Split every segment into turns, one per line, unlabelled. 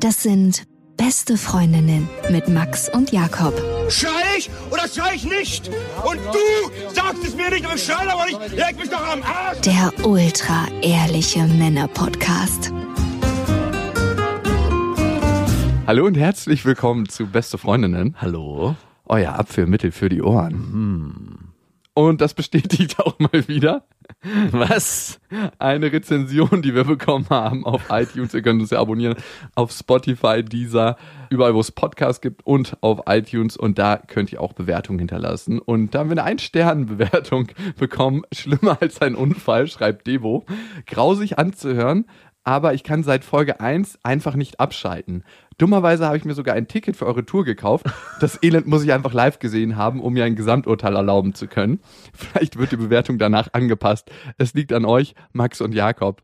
Das sind Beste Freundinnen mit Max und Jakob.
Schrei ich oder schrei ich nicht? Und du sagst es mir nicht, aber ich schrei aber nicht. Leg mich doch am Arsch.
Der ultra ehrliche Männer Podcast.
Hallo und herzlich willkommen zu Beste Freundinnen.
Hallo. Mhm.
Euer Abführmittel für die Ohren. Und das bestätigt auch mal wieder
Was?
eine Rezension, die wir bekommen haben auf iTunes. Ihr könnt uns ja abonnieren auf Spotify, Deezer, überall wo es Podcasts gibt und auf iTunes. Und da könnt ihr auch Bewertungen hinterlassen. Und da haben wir eine Ein-Sternen-Bewertung bekommen. Schlimmer als ein Unfall, schreibt Devo. Grausig anzuhören, aber ich kann seit Folge 1 einfach nicht abschalten. Dummerweise habe ich mir sogar ein Ticket für eure Tour gekauft. Das Elend muss ich einfach live gesehen haben, um mir ein Gesamturteil erlauben zu können. Vielleicht wird die Bewertung danach angepasst. Es liegt an euch, Max und Jakob.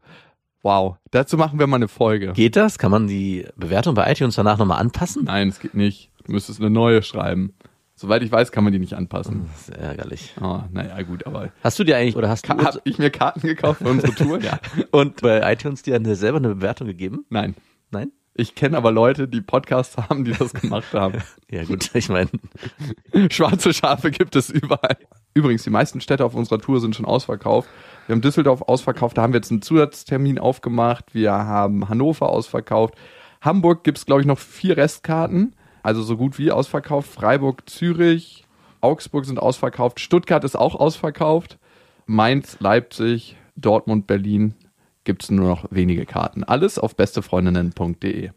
Wow, dazu machen wir mal eine Folge.
Geht das? Kann man die Bewertung bei iTunes danach nochmal anpassen?
Nein, es geht nicht. Du müsstest eine neue schreiben. Soweit ich weiß, kann man die nicht anpassen.
Das ist ärgerlich.
Ah, naja, Mhm. gut, aber
Hast du dir eigentlich oder hast du
habe ich mir Karten gekauft für unsere Tour? Ja.
und bei iTunes dir eine, selber eine Bewertung gegeben?
Nein.
Nein?
Ich kenne aber Leute, die Podcasts haben, die das gemacht haben.
Ja gut, ich meine,
Schwarze Schafe gibt es überall. Übrigens, die meisten Städte auf unserer Tour sind schon ausverkauft. Wir haben Düsseldorf ausverkauft, da haben wir jetzt einen Zusatztermin aufgemacht. Wir haben Hannover ausverkauft. Hamburg gibt es, glaube ich, noch vier Restkarten, also so gut wie ausverkauft. Freiburg, Zürich, Augsburg sind ausverkauft. Stuttgart ist auch ausverkauft. Mainz, Leipzig, Dortmund, Berlin gibt es nur noch wenige Karten. Alles auf bestefreundinnen.de. E.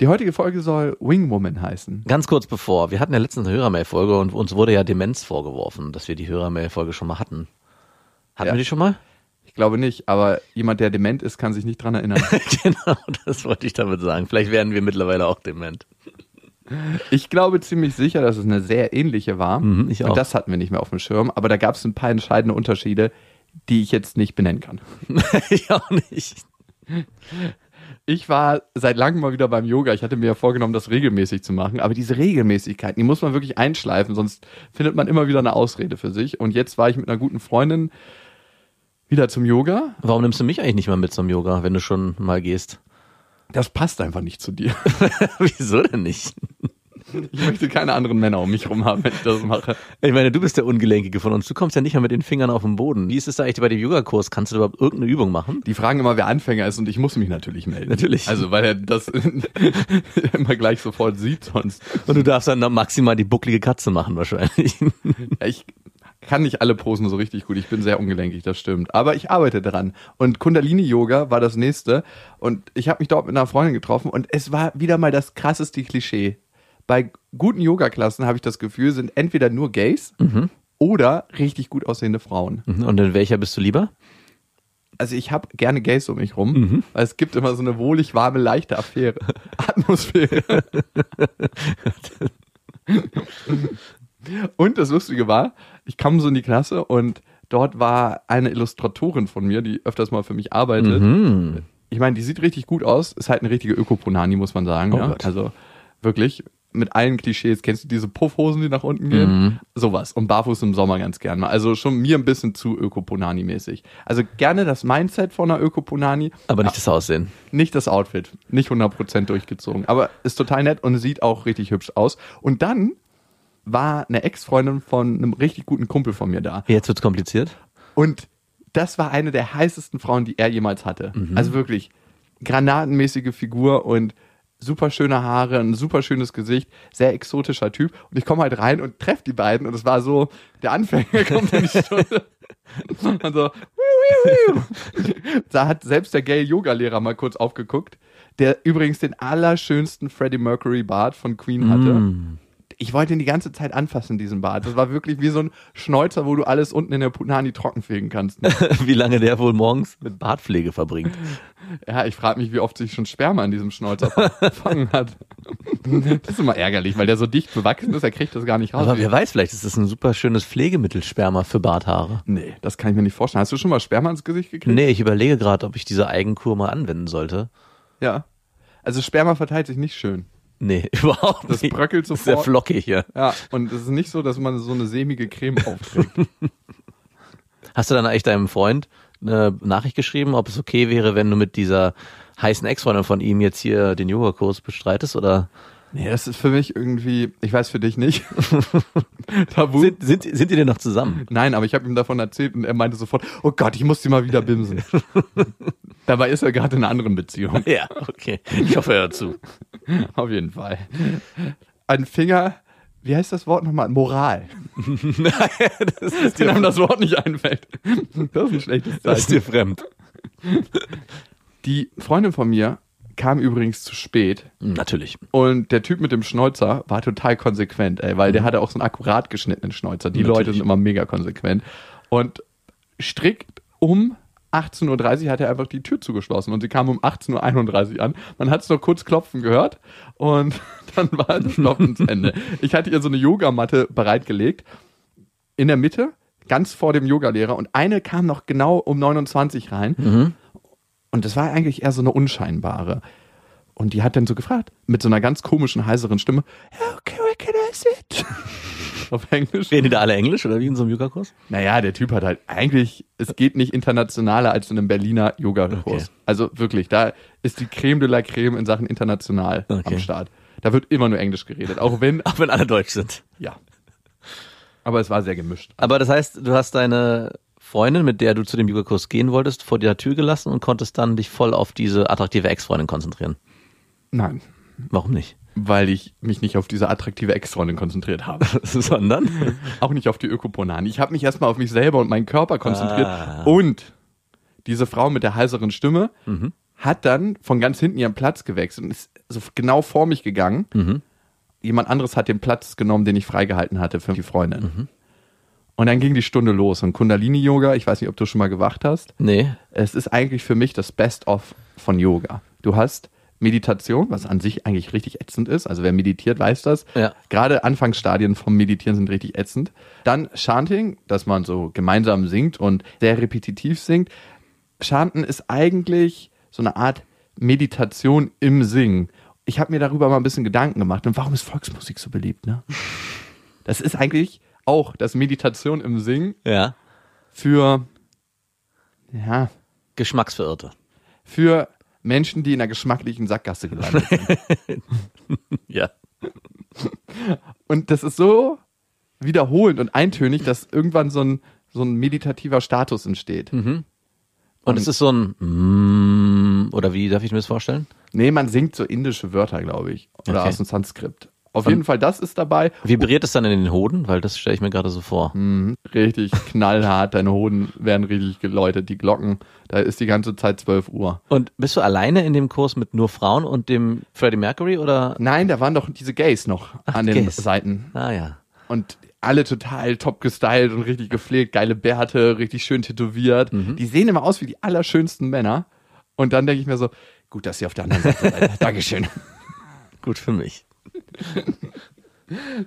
Die heutige Folge soll Wingwoman heißen.
ganz kurz bevor, wir hatten ja letztens eine Hörermail-Folge und uns wurde ja Demenz vorgeworfen, dass wir die Hörermail-Folge schon mal hatten. Hatten
Ja.
wir die schon mal?
Ich glaube nicht, aber jemand, der dement ist, kann sich nicht dran erinnern.
genau, das wollte ich damit sagen. Vielleicht werden wir mittlerweile auch dement.
Ich glaube ziemlich sicher, dass es eine sehr ähnliche war.
Mhm, ich auch.
Und das hatten wir nicht mehr auf dem Schirm. Aber da gab es ein paar entscheidende Unterschiede, die ich jetzt nicht benennen kann.
ich auch nicht.
Ich war seit langem mal wieder beim Yoga. Ich hatte mir ja vorgenommen, das regelmäßig zu machen. Aber diese Regelmäßigkeiten, die muss man wirklich einschleifen, sonst findet man immer wieder eine Ausrede für sich. Und jetzt war ich mit einer guten Freundin wieder zum Yoga.
Warum nimmst du mich eigentlich nicht mal mit zum Yoga, wenn du schon mal gehst?
Das passt einfach nicht zu dir.
Wieso denn nicht?
Ich möchte keine anderen Männer um mich herum haben, wenn ich das mache.
Ich meine, du bist der Ungelenkige von uns. Du kommst ja nicht mal mit den Fingern auf den Boden. Wie ist es da eigentlich bei dem Yoga-Kurs? Kannst du da überhaupt irgendeine Übung machen?
Die fragen immer, wer Anfänger ist und ich muss mich natürlich melden.
Natürlich.
Also, weil er das immer gleich sofort sieht sonst.
Und du darfst dann maximal die bucklige Katze machen wahrscheinlich.
Ja, Ich kann nicht alle Posen so richtig gut. Ich bin sehr ungelenkig, das stimmt. Aber ich arbeite dran. Und Kundalini-Yoga war das nächste. Und ich habe mich dort mit einer Freundin getroffen und es war wieder mal das krasseste Klischee. Bei guten Yoga-Klassen habe ich das Gefühl, sind entweder nur Gays oder richtig gut aussehende Frauen.
Und in welcher bist du lieber?
also ich habe gerne Gays um mich rum, weil es gibt immer so eine wohlig warme, leichte Affäre, Atmosphäre. und das Lustige war, ich kam so in die Klasse und dort war eine Illustratorin von mir, die öfters mal für mich arbeitet.
Mhm.
Ich meine, die sieht richtig gut aus, ist halt eine richtige Ökoponani, muss man sagen.
Oh
ja?
Gott.
Also wirklich mit allen Klischees. Kennst du diese Puffhosen, die nach unten gehen?
Mhm.
Sowas. Und barfuß im Sommer ganz gern mal. Also schon mir ein bisschen zu Ökoponani-mäßig. Also gerne das Mindset von einer Ökoponani,
Aber nicht das Aussehen.
nicht das Outfit. Nicht 100% durchgezogen. Aber ist total nett und sieht auch richtig hübsch aus. Und dann war eine Ex-Freundin von einem richtig guten Kumpel von mir da.
Jetzt wird's kompliziert.
Und das war eine der heißesten Frauen, die er jemals hatte. Also wirklich granatenmäßige Figur und super schöne Haare, ein super schönes Gesicht, sehr exotischer Typ. Und ich komme halt rein und treffe die beiden und es war so, der Anfänger kommt in die Stunde. und so, wiu, wiu, wiu. da hat selbst der Gay-Yoga-Lehrer mal kurz aufgeguckt, der übrigens den allerschönsten Freddie Mercury-Bart von Queen hatte ich wollte ihn die ganze Zeit anfassen, diesen Bart. Das war wirklich wie so ein Schnäuzer, wo du alles unten in der Punani trocken fegen kannst.
Wie lange der wohl morgens mit Bartpflege verbringt.
Ja, ich frage mich, wie oft sich schon Sperma an diesem Schnäuzer gefangen hat. Das ist immer ärgerlich, weil der so dicht bewachsen ist, er kriegt das gar nicht raus.
Aber wer weiß, vielleicht ist das ein super schönes Pflegemittel, Sperma für Barthaare.
nee, das kann ich mir nicht vorstellen. Hast du schon mal Sperma ins Gesicht gekriegt?
Nee, ich überlege gerade, ob ich diese Eigenkur mal anwenden sollte.
Ja. Also Sperma verteilt sich nicht schön.
Nee, überhaupt
Das
nicht.
bröckelt
Sehr
sofort.
flockig hier.
Ja, und es ist nicht so, dass man so eine sämige Creme aufträgt.
Hast du dann eigentlich deinem Freund eine Nachricht geschrieben, ob es okay wäre, wenn du mit dieser heißen Ex-Freundin von ihm jetzt hier den Yoga-Kurs bestreitest oder
Nee, das ist für mich irgendwie, ich weiß für dich nicht. Tabu.
sind, sind, sind die denn noch zusammen?
Nein, aber ich habe ihm davon erzählt und er meinte sofort, oh Gott, ich muss sie mal wieder bimsen. Dabei ist er gerade in einer anderen Beziehung.
Ja, okay. Ich hoffe, er hört zu.
Auf jeden Fall. Ein Finger, wie heißt das Wort nochmal? Moral.
das ist
Wenn
dir,
einem das Wort nicht einfällt. Das ist ein schlechtes
das ist
Zeichen.
dir fremd.
Die Freundin von mir kam übrigens zu spät
Hm, Natürlich.
und der Typ mit dem Schnäuzer war total konsequent, ey, weil der hatte auch so einen akkurat geschnittenen Schnäuzer. Die Leute
Natürlich.
sind immer mega konsequent. Und strikt um 18.30 Uhr hat er einfach die Tür zugeschlossen und sie kam um 18.31 Uhr an. Man hat es noch kurz klopfen gehört und dann war das Klopfen zu Ende. Ich hatte ihr so eine Yogamatte bereitgelegt in der Mitte, ganz vor dem Yogalehrer und eine kam noch genau um 29 rein. Und das war eigentlich eher so eine unscheinbare. Und die hat dann so gefragt, mit so einer ganz komischen, heiseren Stimme, okay, where can I sit? Auf Englisch.
Reden die da alle Englisch oder wie in so einem Yoga-Kurs?
Naja, der Typ hat halt eigentlich, es geht nicht internationaler als in einem Berliner Yoga-Kurs.
Okay.
Also wirklich, da ist die Creme de la Creme in Sachen international am
Okay.
Start. Da wird immer nur Englisch geredet, auch wenn,
Auch wenn alle deutsch sind.
ja. Ah. Aber es war sehr gemischt.
Aber das heißt, du hast deine Freundin, mit der du zu dem Yoga-Kurs gehen wolltest, vor der Tür gelassen und konntest dann dich voll auf diese attraktive Ex-Freundin konzentrieren.
Nein,
Warum nicht?
weil ich mich nicht auf diese attraktive Ex-Freundin konzentriert habe.
Sondern?
Auch nicht auf die Ökoponani. Ich habe mich erstmal auf mich selber und meinen Körper konzentriert.
Ah.
Und diese Frau mit der heiseren Stimme hat dann von ganz hinten ihren Platz gewechselt und ist so genau vor mich gegangen. Jemand anderes hat den Platz genommen, den ich freigehalten hatte für die Freundin. Und dann ging die Stunde los. Und Kundalini-Yoga, ich weiß nicht, ob du schon mal gewacht hast,
Nee.
es ist eigentlich für mich das Best-of von Yoga. Du hast Meditation, was an sich eigentlich richtig ätzend ist. Also wer meditiert, weiß das.
Ja.
Gerade Anfangsstadien vom Meditieren sind richtig ätzend. Dann Chanting, dass man so gemeinsam singt und sehr repetitiv singt. Chanten ist eigentlich so eine Art Meditation im Singen. Ich habe mir darüber mal ein bisschen Gedanken gemacht. Und warum ist Volksmusik so beliebt? Ne? Das ist eigentlich auch das Meditation im Singen
Ja.
für ja,
Geschmacksverirrte.
für Menschen, die in einer geschmacklichen Sackgasse gelandet sind.
Ja.
Und das ist so wiederholend und eintönig, dass irgendwann so ein, so ein meditativer Status entsteht.
Mhm. Und es ist so ein mm, oder wie darf ich mir das vorstellen?
Nee, man singt so indische Wörter, glaube ich. Oder
Okay.
aus dem Sanskrit. Auf jeden Fall, das ist dabei.
Vibriert es dann in den Hoden? Weil das stelle ich mir gerade so vor.
Richtig knallhart, deine Hoden werden richtig geläutet, die Glocken. Da ist die ganze Zeit 12 Uhr.
Und bist du alleine in dem Kurs mit nur Frauen und dem Freddie Mercury oder?
Nein, da waren doch diese Gays noch an
die
den
Gays.
Seiten.
Ah ja.
und alle total top gestylt und richtig gepflegt, geile Bärte, richtig schön tätowiert.
Mhm.
Die sehen immer aus wie die allerschönsten Männer. Und dann denke ich mir so, gut, dass ihr auf der anderen Seite seid. Dankeschön.
Gut für mich.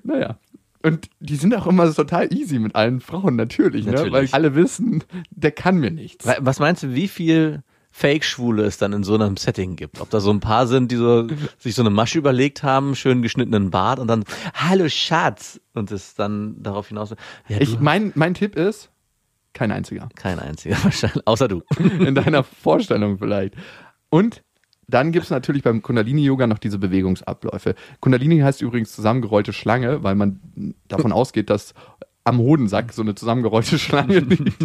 Naja. Und die sind auch immer so total easy mit allen Frauen, natürlich, Ne?
Natürlich.
weil alle wissen, der kann mir nichts.
Wa- Was meinst du, wie viel Fake-Schwule es dann in so einem Setting gibt? Ob da so ein paar sind, die so, sich so eine Masche überlegt haben, schön geschnittenen Bart und dann, hallo Schatz! Und es dann darauf hinaus, ja, du,
Ich, mein, mein Tipp ist, kein einziger.
kein einziger wahrscheinlich, außer du.
in deiner Vorstellung vielleicht. Und dann gibt es natürlich beim Kundalini-Yoga noch diese Bewegungsabläufe. Kundalini heißt übrigens zusammengerollte Schlange, weil man davon ausgeht, dass am Hodensack so eine zusammengerollte Schlange liegt.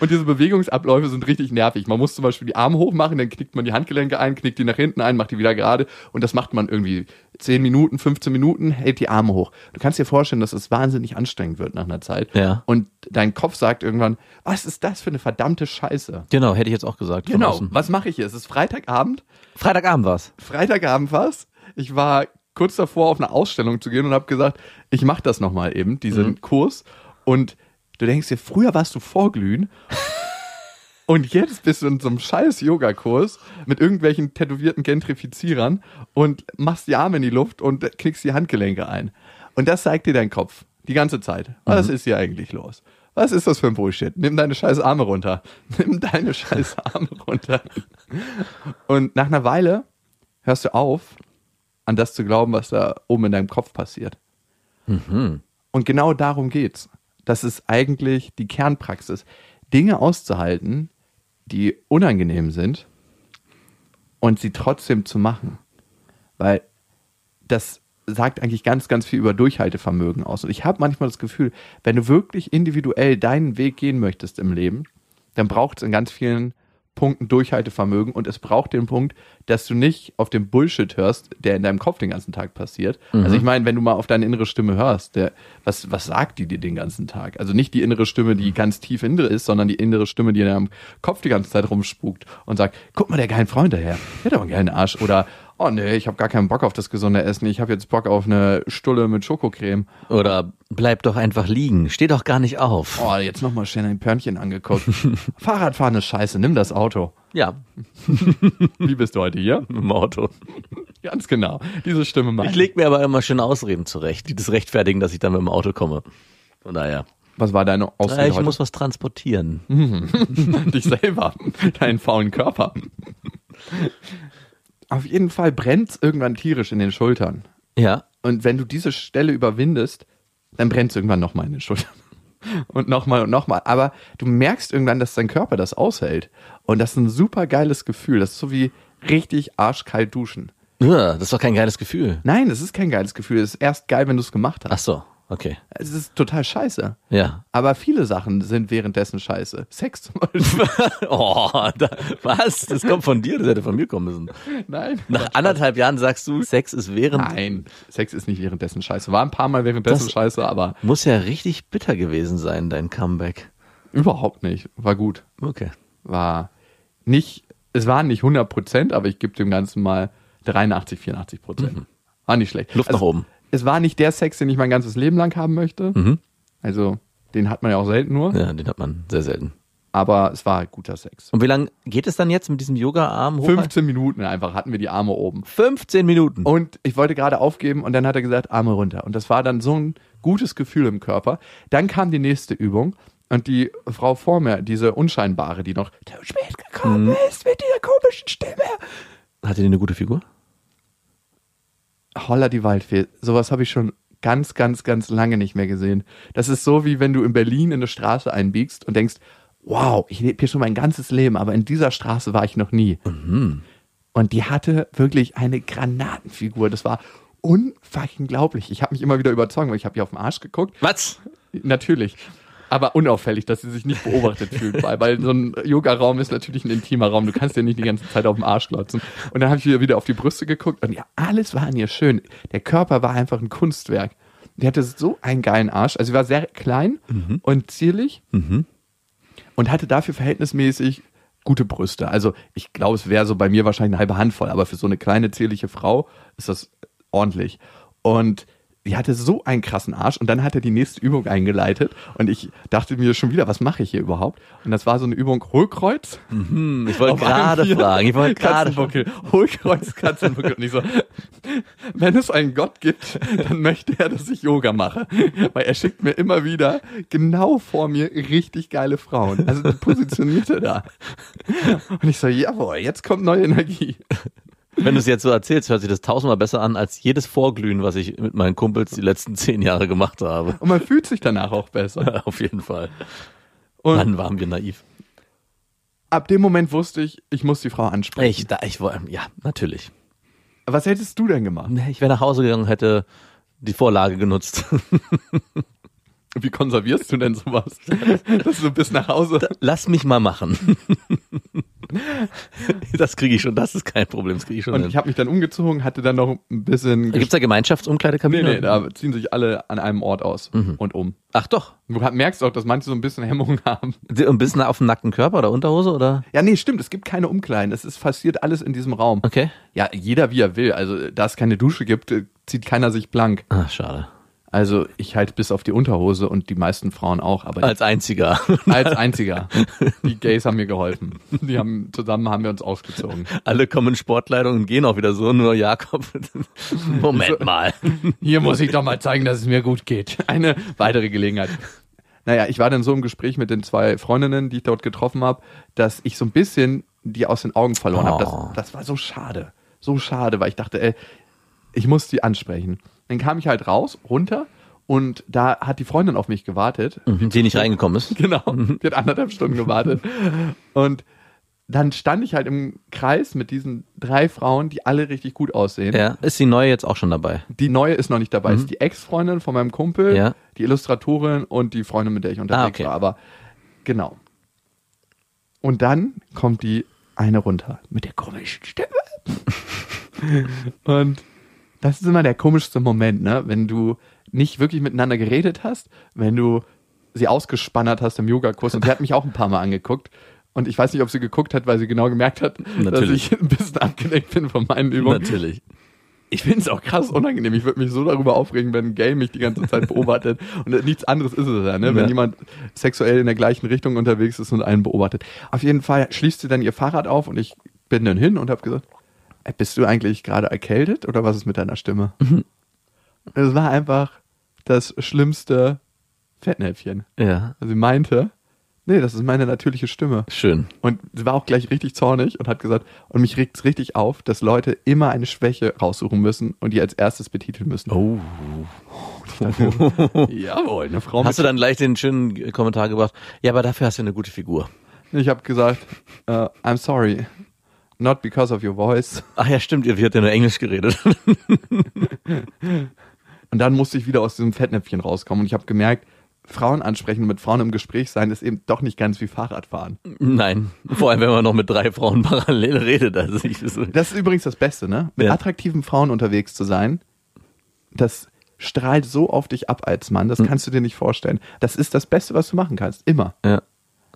Und diese Bewegungsabläufe sind richtig nervig. Man muss zum Beispiel die Arme hoch machen, dann knickt man die Handgelenke ein, knickt die nach hinten ein, macht die wieder gerade. Und das macht man irgendwie 10 Minuten, 15 Minuten, hält die Arme hoch. Du kannst dir vorstellen, dass es wahnsinnig anstrengend wird nach einer Zeit.
Ja.
Und dein Kopf sagt irgendwann, was ist das für eine verdammte Scheiße?
Genau, hätte ich jetzt auch gesagt. von
Genau.
außen.
Was mache ich hier? Es ist Freitagabend.
Freitagabend war's.
Freitagabend war's. Ich war kurz davor, auf eine Ausstellung zu gehen und habe gesagt, ich mache das nochmal eben, diesen Kurs. Und du denkst dir, früher warst du vorglühen. Und jetzt bist du in so einem scheiß Yoga-Kurs mit irgendwelchen tätowierten Gentrifizierern und machst die Arme in die Luft und knickst die Handgelenke ein. Und das zeigt dir dein Kopf. Die ganze Zeit. Was ist hier eigentlich los? Was ist das für ein Bullshit? Nimm deine scheiß Arme runter. Nimm deine scheiß Arme runter. Und nach einer Weile hörst du auf, an das zu glauben, was da oben in deinem Kopf passiert. Und genau darum geht's. das ist eigentlich die Kernpraxis. Dinge auszuhalten, die unangenehm sind und sie trotzdem zu machen. Weil das sagt eigentlich ganz, ganz viel über Durchhaltevermögen aus. Und ich habe manchmal das Gefühl, wenn du wirklich individuell deinen Weg gehen möchtest im Leben, dann braucht es in ganz vielen Punkten Durchhaltevermögen und es braucht den Punkt, dass du nicht auf den Bullshit hörst, der in deinem Kopf den ganzen Tag passiert. Also ich meine, wenn du mal auf deine innere Stimme hörst, der, was, was sagt die dir den ganzen Tag? Also nicht die innere Stimme, die ganz tief innere ist, sondern die innere Stimme, die in deinem Kopf die ganze Zeit rumspukt und sagt, guck mal der geilen Freund daher, der hat aber einen geilen Arsch oder Oh nee, ich habe gar keinen Bock auf das gesunde Essen. Ich habe jetzt Bock auf eine Stulle mit Schokocreme.
Oder bleib doch einfach liegen. Steh doch gar nicht auf.
Oh, jetzt nochmal schnell ein Pörnchen angeguckt. Fahrradfahren ist scheiße, nimm das Auto.
Ja,
Wie bist du heute hier?
im Auto.
Ganz genau. Diese Stimme meine
Ich leg mir aber immer schön Ausreden zurecht, die das rechtfertigen, dass ich dann mit dem Auto komme. Von daher.
Was war deine Ausrede
Äh, ich
heute? Mhm.
muss was transportieren.
Dich selber, deinen faulen Körper. Auf jeden Fall brennt es irgendwann tierisch in den Schultern.
Ja.
Und wenn du diese Stelle überwindest, dann brennt es irgendwann nochmal in den Schultern. Und nochmal und nochmal. Aber du merkst irgendwann, dass dein Körper das aushält. Und das ist ein super geiles Gefühl. Das ist so wie richtig arschkalt duschen.
Ja, Das ist doch kein geiles Gefühl.
Nein, es ist kein geiles Gefühl. Es ist erst geil, wenn du es gemacht hast.
Ach so, okay.
Es ist total scheiße.
Ja.
Aber viele Sachen sind währenddessen scheiße. Sex zum Beispiel.
oh, da, was? Das kommt von dir, das hätte von mir kommen müssen.
Nein.
Nach anderthalb Jahren sagst du, Sex ist während.
Nein, Sex ist nicht währenddessen scheiße. War ein paar Mal währenddessen
Das-
scheiße, aber
Muss ja richtig bitter gewesen sein, dein Comeback.
überhaupt nicht. War gut.
Okay.
War nicht, es waren nicht 100 Prozent, aber ich gebe dem Ganzen mal 83, 84 Prozent. War nicht schlecht.
Mhm.
Also,
Luft nach oben. Mhm.
Es war nicht der Sex, den ich mein ganzes Leben lang haben möchte. Also, den hat man ja auch selten nur.
Ja, den hat man sehr selten.
Aber es war guter Sex.
Und wie lange geht es dann jetzt mit diesem Yoga-Arm hoch?
15 Minuten einfach hatten wir die Arme oben.
15 Minuten.
Und ich wollte gerade aufgeben und dann hat er gesagt, Arme runter. Und das war dann so ein gutes Gefühl im Körper. Dann kam die nächste Übung und die Frau vor mir, diese unscheinbare, die noch zu spät gekommen
Mhm.
ist mit dieser komischen Stimme.
Hatte die eine gute Figur?
Holla die Waldfee, sowas habe ich schon ganz, ganz, ganz lange nicht mehr gesehen. Das ist so, wie wenn du in Berlin in eine Straße einbiegst und denkst, wow, ich lebe hier schon mein ganzes Leben, aber in dieser Straße war ich noch nie. Und die hatte wirklich eine Granatenfigur. Das war unfucking glaublich. Ich habe mich immer wieder überzeugt, weil ich habe ihr auf den Arsch geguckt.
Was?
Natürlich. Aber unauffällig, dass sie sich nicht beobachtet fühlt, weil, weil so ein Yoga-Raum ist natürlich ein intimer Raum. Du kannst ja nicht die ganze Zeit auf dem Arsch glotzen. Und dann habe ich wieder, wieder auf die Brüste geguckt und ja, alles war an ihr schön. Der Körper war einfach ein Kunstwerk. Die hatte so einen geilen Arsch. Also sie war sehr klein und zierlich und hatte dafür verhältnismäßig gute Brüste. Also ich glaube, es wäre so bei mir wahrscheinlich eine halbe Handvoll, aber für so eine kleine zierliche Frau ist das ordentlich. Und die hatte so einen krassen Arsch und dann hat er die nächste Übung eingeleitet und ich dachte mir schon wieder, was mache ich hier überhaupt? Und das war so eine Übung Hohlkreuz.
Hm, ich wollte
Auf allen
gerade
Vieren.
fragen. Ich wollte gerade
Katzenbuckel. Hohlkreuz, Katzenbuckel. Und ich so, wenn es einen Gott gibt, dann möchte er, dass ich Yoga mache. Weil er schickt mir immer wieder genau vor mir richtig geile Frauen. Also die positionierte da. Und ich so, jawohl, jetzt kommt neue Energie.
Wenn du es jetzt so erzählst, hört sich das tausendmal besser an als jedes Vorglühen, was ich mit meinen Kumpels die letzten zehn Jahre gemacht habe.
Und man fühlt sich danach auch besser.
Auf jeden Fall.
Und
Mann, waren wir naiv.
ab dem Moment wusste ich, ich muss die Frau ansprechen.
Ich, da, ich wollte, ja, natürlich.
Was hättest du denn gemacht?
Nee, Ich wäre nach Hause gegangen, hätte die Vorlage genutzt.
Wie konservierst du denn sowas? Dass du bis nach Hause.
Lass mich mal machen. Das kriege ich schon, das ist kein Problem, das kriege ich schon.
Und ich
hin.
habe mich dann umgezogen, hatte dann noch ein bisschen
Gibt's da Gemeinschaftsumkleidekabine?
Nee, nee, da ziehen sich alle an einem Ort aus
Mhm.
und um.
Ach doch.
Du merkst auch, dass manche so ein bisschen Hemmungen haben.
Ein bisschen auf dem nackten Körper oder Unterhose oder?
Ja, nee, stimmt, es gibt keine Umkleiden. Es ist passiert alles in diesem Raum.
Okay.
Ja, jeder wie er will. Also, da es keine Dusche gibt, äh, zieht keiner sich blank.
Ach, Ah, schade.
Also, ich halt bis auf die Unterhose und die meisten Frauen auch, aber
Als einziger.
als einziger. Die Gays haben mir geholfen. Die haben zusammen haben wir uns ausgezogen.
Alle kommen in Sportkleidung und gehen auch wieder so, nur Jakob. Moment mal.
Hier muss ich doch mal zeigen, dass es mir gut geht. Eine weitere Gelegenheit. Naja, ich war dann so im Gespräch mit den zwei Freundinnen, die ich dort getroffen habe, dass ich so ein bisschen die aus den Augen verloren habe.
Oh.
Das, das war so schade. So schade, weil ich dachte, ey, ich muss die ansprechen. Dann kam ich halt raus, runter Und da hat die Freundin auf mich gewartet.
Die nicht reingekommen ist.
Genau. Die hat anderthalb Stunden gewartet. Und dann stand ich halt im Kreis mit diesen drei Frauen, die alle richtig gut aussehen.
Ja. Ist die neue jetzt auch schon dabei?
Die neue ist noch nicht dabei. Ist die Ex-Freundin von meinem Kumpel,
Mhm. Ja.
die Illustratorin und die Freundin, mit der ich unterwegs
Ah, okay.
war. Aber genau. Und dann kommt die eine runter mit der komischen Stimme. und das ist immer der komischste Moment, ne? Wenn du nicht wirklich miteinander geredet hast, wenn du sie ausgespannert hast im Yogakurs. Und sie hat mich auch ein paar Mal angeguckt. Und ich weiß nicht, ob sie geguckt hat, weil sie genau gemerkt hat,
Natürlich.
dass ich ein bisschen abgelenkt bin von meinen Übungen.
Natürlich.
Ich finde es auch krass unangenehm. Ich würde mich so darüber aufregen, wenn ein Gay mich die ganze Zeit beobachtet. Und nichts anderes ist es ja, ne? wenn
Ja.
jemand sexuell in der gleichen Richtung unterwegs ist und einen beobachtet. Auf jeden Fall schließt sie dann ihr Fahrrad auf und ich bin dann hin und habe gesagt, "Ey, bist du eigentlich gerade erkältet oder was ist mit deiner Stimme? Es war einfach das schlimmste Fettnäpfchen.
Ja.
Also sie meinte, nee, das ist meine natürliche Stimme.
Schön.
Und sie war auch gleich richtig zornig und hat gesagt, und mich regt's richtig auf, dass Leute immer eine Schwäche raussuchen müssen und die als erstes betiteln müssen.
Oh.
Jawohl, eine Frau.
Hast du
mit-
dann gleich den schönen Kommentar gebracht? Ja, aber dafür hast du eine gute Figur.
ich habe gesagt, äh, I'm sorry, not because of your voice.
Ach ja, stimmt, ihr wird ja nur Englisch geredet.
Und dann musste ich wieder aus diesem Fettnäpfchen rauskommen und ich habe gemerkt, Frauen ansprechen und mit Frauen im Gespräch sein ist eben doch nicht ganz wie Fahrradfahren.
Nein. Vor allem, wenn man noch mit drei Frauen parallel redet. Also ich,
Das ist übrigens das Beste, ne? Mit
Ja.
attraktiven Frauen unterwegs zu sein, das strahlt so auf dich ab als Mann, das kannst du dir nicht vorstellen. Das ist das Beste, was du machen kannst, immer.
ja.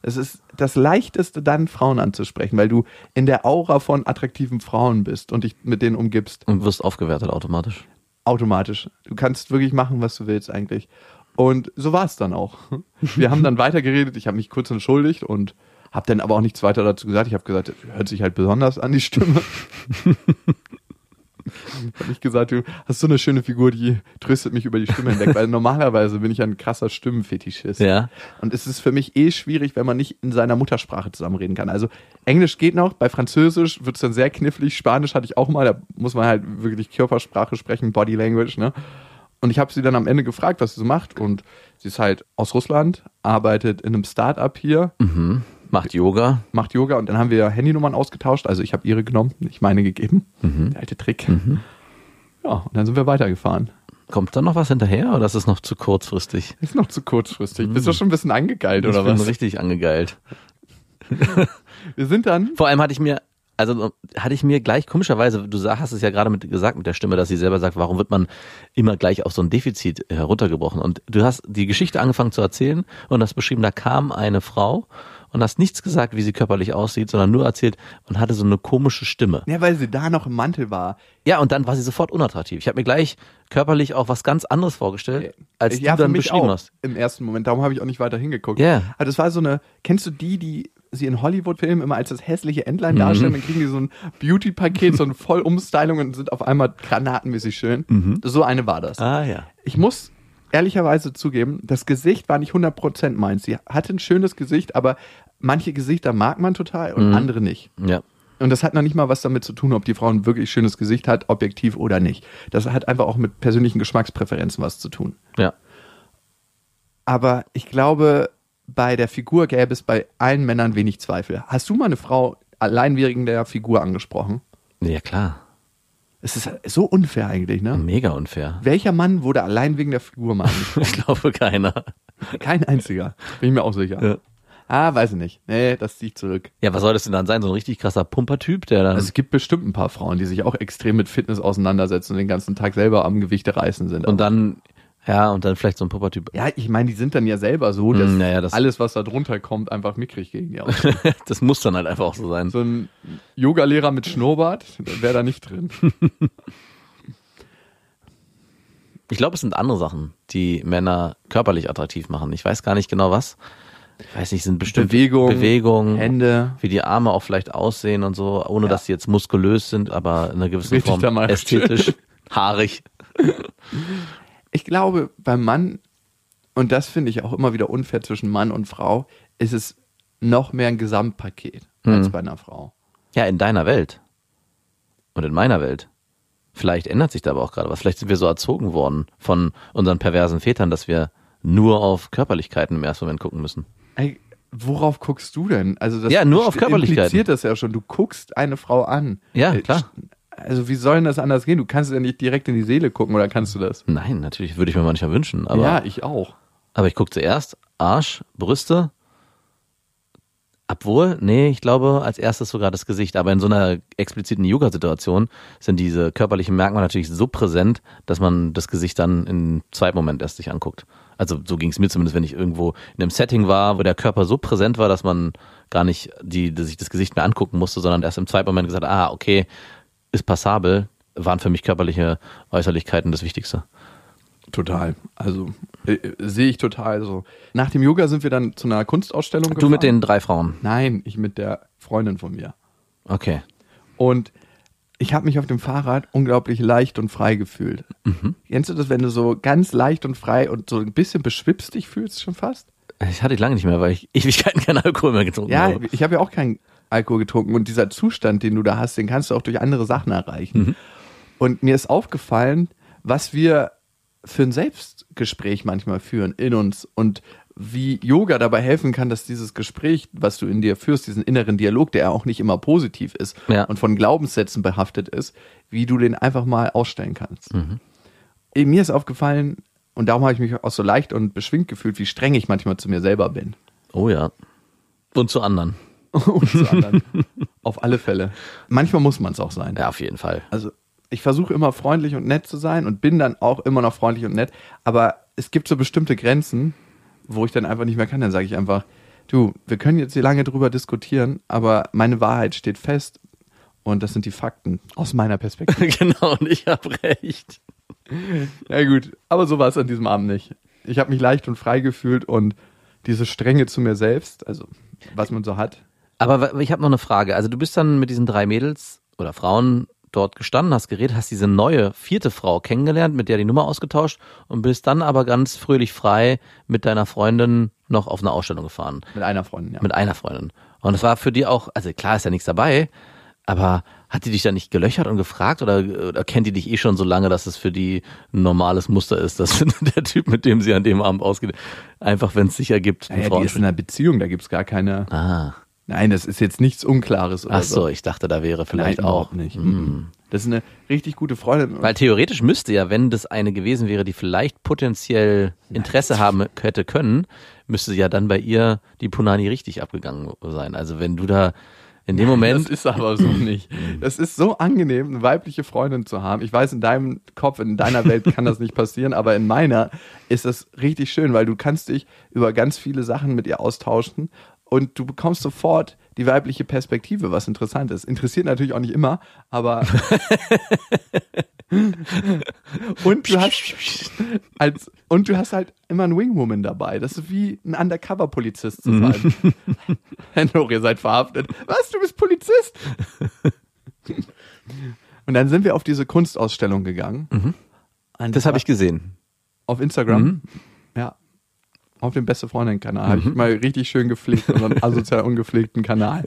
Es ist das Leichteste, dann Frauen anzusprechen, weil du in der Aura von attraktiven Frauen bist und dich mit denen umgibst.
Und wirst aufgewertet automatisch.
Automatisch. Du kannst wirklich machen, was du willst eigentlich. Und so war es dann auch. Wir haben dann weitergeredet. Ich habe mich kurz entschuldigt und habe dann aber auch nichts weiter dazu gesagt. Ich habe gesagt, hört sich halt besonders an, die Stimme. Ich habe nicht gesagt, du hast so eine schöne Figur, die tröstet mich über die Stimme hinweg, weil normalerweise bin ich ein krasser Stimmenfetischist.
Ja.
Und es ist für mich eh schwierig, wenn man nicht in seiner Muttersprache zusammenreden kann. Also Englisch geht noch, bei Französisch wird es dann sehr knifflig. Spanisch hatte ich auch mal, da muss man halt wirklich Körpersprache sprechen, Body Language, ne? Und ich habe sie dann am Ende gefragt, was sie so macht. Und sie ist halt aus Russland, arbeitet in einem Start-up hier,
Macht Yoga.
macht Yoga und dann haben wir Handynummern ausgetauscht. Also ich habe ihre genommen, ich meine gegeben.
Mhm.
Der alte Trick. Ja, und dann sind wir weitergefahren.
Kommt da noch was hinterher oder ist es noch zu kurzfristig?
Ist noch zu kurzfristig. Bist du schon ein bisschen angegeilt
Mhm. ich
oder
bin
was?
richtig angegeilt.
Wir sind dann
Vor allem hatte ich mir, also hatte ich mir gleich komischerweise, du sag- hast es ja gerade mit, gesagt mit der Stimme, dass sie selber sagt, warum wird man immer gleich auf so ein Defizit äh, heruntergebrochen? Und du hast die Geschichte angefangen zu erzählen und hast beschrieben, da kam eine Frau und hast nichts gesagt, wie sie körperlich aussieht, sondern nur erzählt und hatte so eine komische Stimme.
Ja, weil sie da noch im Mantel war.
Ja, und dann war sie sofort unattraktiv. Ich habe mir gleich körperlich auch was ganz anderes vorgestellt, Äh, als
Äh, ja,
du
für
dann
mich
beschrieben
auch
hast.
Im ersten Moment, darum habe ich auch nicht weiter hingeguckt.
Ja.
Also das war so eine, kennst du die, die sie in Hollywood-Filmen immer als das hässliche Endline
Mhm.
darstellen, dann kriegen die so ein Beauty-Paket, so eine Vollumstylung und sind auf einmal granatenmäßig schön. So eine war das.
Mhm. Ah ja.
Ich muss ehrlicherweise zugeben, das Gesicht war nicht 100% meins. Sie hatte ein schönes Gesicht, aber manche Gesichter mag man total und andere nicht.
Ja.
Und das hat noch nicht mal was damit zu tun, ob die Frau ein wirklich schönes Gesicht hat, objektiv oder nicht. Das hat einfach auch mit persönlichen Geschmackspräferenzen was zu tun.
Ja.
Aber ich glaube, bei der Figur gäbe es bei allen Männern wenig Zweifel. Hast du mal eine Frau allein wegen der Figur angesprochen?
Ja, klar.
Es ist so unfair eigentlich, ne?
Mega unfair.
Welcher Mann wurde allein wegen der Figur mal angesprochen?
Ich glaube keiner.
Kein einziger. Bin ich mir auch sicher.
Ja.
Ah, weiß ich nicht. Nee, das ziehe ich zurück.
Ja, was soll das denn dann sein? So ein richtig krasser Pumpertyp, der dann.
Also es gibt bestimmt ein paar Frauen, die sich auch extrem mit Fitness auseinandersetzen und den ganzen Tag selber am Gewichte reißen sind.
und dann, ja, und dann vielleicht so ein Pumpertyp.
ja, ich meine, die sind dann ja selber so, dass
Mm, naja, das-
alles, was da drunter kommt, einfach mickrig gegen die aus.
Das muss dann halt einfach auch so sein.
So ein Yogalehrer mit Schnurrbart wäre da nicht drin.
Ich glaube, es sind andere Sachen, die Männer körperlich attraktiv machen. Ich weiß gar nicht genau was. Ich weiß nicht, sind bestimmt
Bewegung,
Bewegung
Hände.
wie die Arme auch vielleicht aussehen und so, ohne dass sie jetzt muskulös sind, aber in einer gewissen
Richtig
Form
da mal
ästhetisch, haarig.
Ich glaube, beim Mann, und das finde ich auch immer wieder unfair zwischen Mann und Frau, ist es noch mehr ein
Mm.
Gesamtpaket als bei einer Frau.
Ja, in deiner Welt. Und in meiner Welt. Vielleicht ändert sich da aber auch gerade was. Vielleicht sind wir so erzogen worden von unseren perversen Vätern, dass wir nur auf Körperlichkeiten im ersten Moment gucken müssen.
Ey, worauf guckst du denn? Also das
Ja, nur auf Körperlichkeiten.
impliziert das ja schon. Du guckst eine Frau an.
Ja,
Äh,
klar.
Also wie soll denn das anders gehen? Du kannst ja nicht direkt in die Seele gucken, oder kannst du das?
Nein, natürlich würde ich mir manchmal wünschen, aber,
ja, ich auch.
aber ich gucke zuerst Arsch, Brüste, obwohl, nee, ich glaube als erstes sogar das Gesicht, aber in so einer expliziten Yoga-Situation sind diese körperlichen Merkmale natürlich so präsent, dass man das Gesicht dann im zweiten Moment erst sich anguckt. Also so ging es mir zumindest, wenn ich irgendwo in einem Setting war, wo der Körper so präsent war, dass man gar nicht die, dass ich das Gesicht mehr angucken musste, sondern erst im zweiten Moment gesagt, ah, okay, ist passabel, waren für mich körperliche Äußerlichkeiten das Wichtigste.
Total. Also äh, äh, sehe ich total so. Nach dem Yoga sind wir dann zu einer Kunstausstellung
Du mit den drei Frauen.
Nein, ich mit der Freundin von mir.
Okay.
Und ich habe mich auf dem Fahrrad unglaublich leicht und frei gefühlt.
Mhm.
Kennst du das, wenn du so ganz leicht und frei und so ein bisschen beschwipst dich fühlst schon fast?
Ich hatte ich lange nicht mehr, weil ich Ewigkeiten keinen Alkohol mehr getrunken
Ja,
habe.
ich habe ja auch keinen Alkohol getrunken und dieser Zustand, den du da hast, den kannst du auch durch andere Sachen erreichen.
Mhm.
Und mir ist aufgefallen, was wir für ein Selbstgespräch manchmal führen in uns und wie Yoga dabei helfen kann, dass dieses Gespräch, was du in dir führst, diesen inneren Dialog, der ja auch nicht immer positiv ist
Ja.
und von Glaubenssätzen behaftet ist, wie du den einfach mal ausstellen kannst.
Mhm.
Eh, Mir ist aufgefallen, und darum habe ich mich auch so leicht und beschwingt gefühlt, wie streng ich manchmal zu mir selber bin.
Oh ja. Und zu anderen.
und zu anderen. Auf alle Fälle. Manchmal muss man es auch sein.
Ja, auf jeden Fall.
Also ich versuche immer freundlich und nett zu sein und bin dann auch immer noch freundlich und nett. Aber es gibt so bestimmte Grenzen, wo ich dann einfach nicht mehr kann. Dann sage ich einfach, du, wir können jetzt hier lange drüber diskutieren, aber meine Wahrheit steht fest. Und das sind die Fakten aus meiner Perspektive.
genau, und ich habe recht.
ja gut, aber so war es an diesem Abend nicht. Ich habe mich leicht und frei gefühlt und diese Strenge zu mir selbst, also was man so hat.
Aber wa- ich habe noch eine Frage. Also du bist dann mit diesen drei Mädels oder Frauen dort gestanden, hast geredet, hast diese neue vierte Frau kennengelernt, mit der die Nummer ausgetauscht und bist dann aber ganz fröhlich frei mit deiner Freundin noch auf eine Ausstellung gefahren.
Mit einer Freundin, ja.
Mit einer Freundin. Und es war für die auch, also klar ist ja nichts dabei, aber hat die dich da nicht gelöchert und gefragt oder, oder kennt die dich eh schon so lange, dass es für die ein normales Muster ist, dass der Typ, mit dem sie an dem Abend ausgeht, einfach wenn es sich ergibt, ein
Naja, die ist in einer Beziehung, da gibt es gar keine.
Ah,
Nein, das ist jetzt nichts Unklares oder
ach so, ich dachte, da wäre vielleicht
Also, Nein,
auch.
überhaupt
Hm.
nicht. Mhm. Das ist eine richtig gute Freundin.
Weil theoretisch müsste ja, wenn das eine gewesen wäre, die vielleicht potenziell Interesse haben hätte können, müsste ja dann bei ihr die Punani richtig abgegangen sein. Also wenn du da in dem Moment
das ist aber so nicht. Das Mhm. ist so angenehm, eine weibliche Freundin zu haben. Ich weiß, in deinem Kopf, in deiner Welt kann das nicht passieren, aber in meiner ist das richtig schön, weil du kannst dich über ganz viele Sachen mit ihr austauschen und du bekommst sofort die weibliche Perspektive, was interessant ist. Interessiert natürlich auch nicht immer, aber und du hast als und du hast halt immer einen Wingwoman dabei. Das ist wie ein Undercover-Polizist zu sein. Henno, ihr seid verhaftet. Was, du bist Polizist? und dann sind wir auf diese Kunstausstellung gegangen. Und
Das habe ich gesehen.
auf Instagram. Ja. Auf dem beste Freundin-Kanal habe ich mal richtig schön gepflegt, unseren asozial ungepflegten Kanal.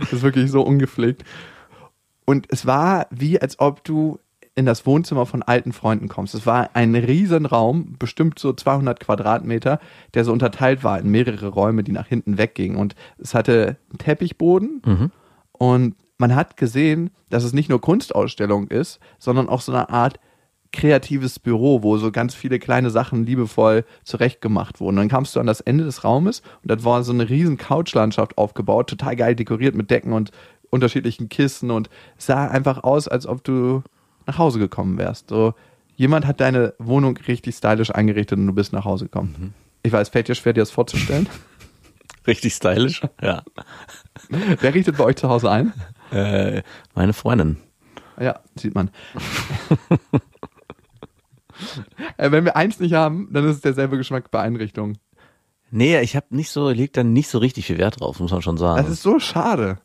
Das ist wirklich so ungepflegt. Und es war wie, als ob du in das Wohnzimmer von alten Freunden kommst. Es war ein riesen Raum, bestimmt so 200 Quadratmeter, der so unterteilt war in mehrere Räume, die nach hinten weggingen. Und es hatte einen Teppichboden und man hat gesehen, dass es nicht nur Kunstausstellung ist, sondern auch so eine Art kreatives Büro, wo so ganz viele kleine Sachen liebevoll zurechtgemacht wurden. Dann kamst du an das Ende des Raumes und dort war so eine riesen Couchlandschaft aufgebaut, total geil dekoriert mit Decken und unterschiedlichen Kissen und es sah einfach aus, als ob du nach Hause gekommen wärst. So jemand hat deine Wohnung richtig stylisch eingerichtet und du bist nach Hause gekommen. Ich weiß, fällt dir schwer, dir das vorzustellen.
Richtig stylisch. Ja.
Wer richtet bei euch zu Hause ein?
Äh, meine Freundin.
Ja, sieht man. Äh, Wenn wir eins nicht haben, dann ist es derselbe Geschmack bei Einrichtungen.
Nee, ich habe nicht so, leg dann nicht so richtig viel Wert drauf, muss man schon sagen.
Das ist so schade.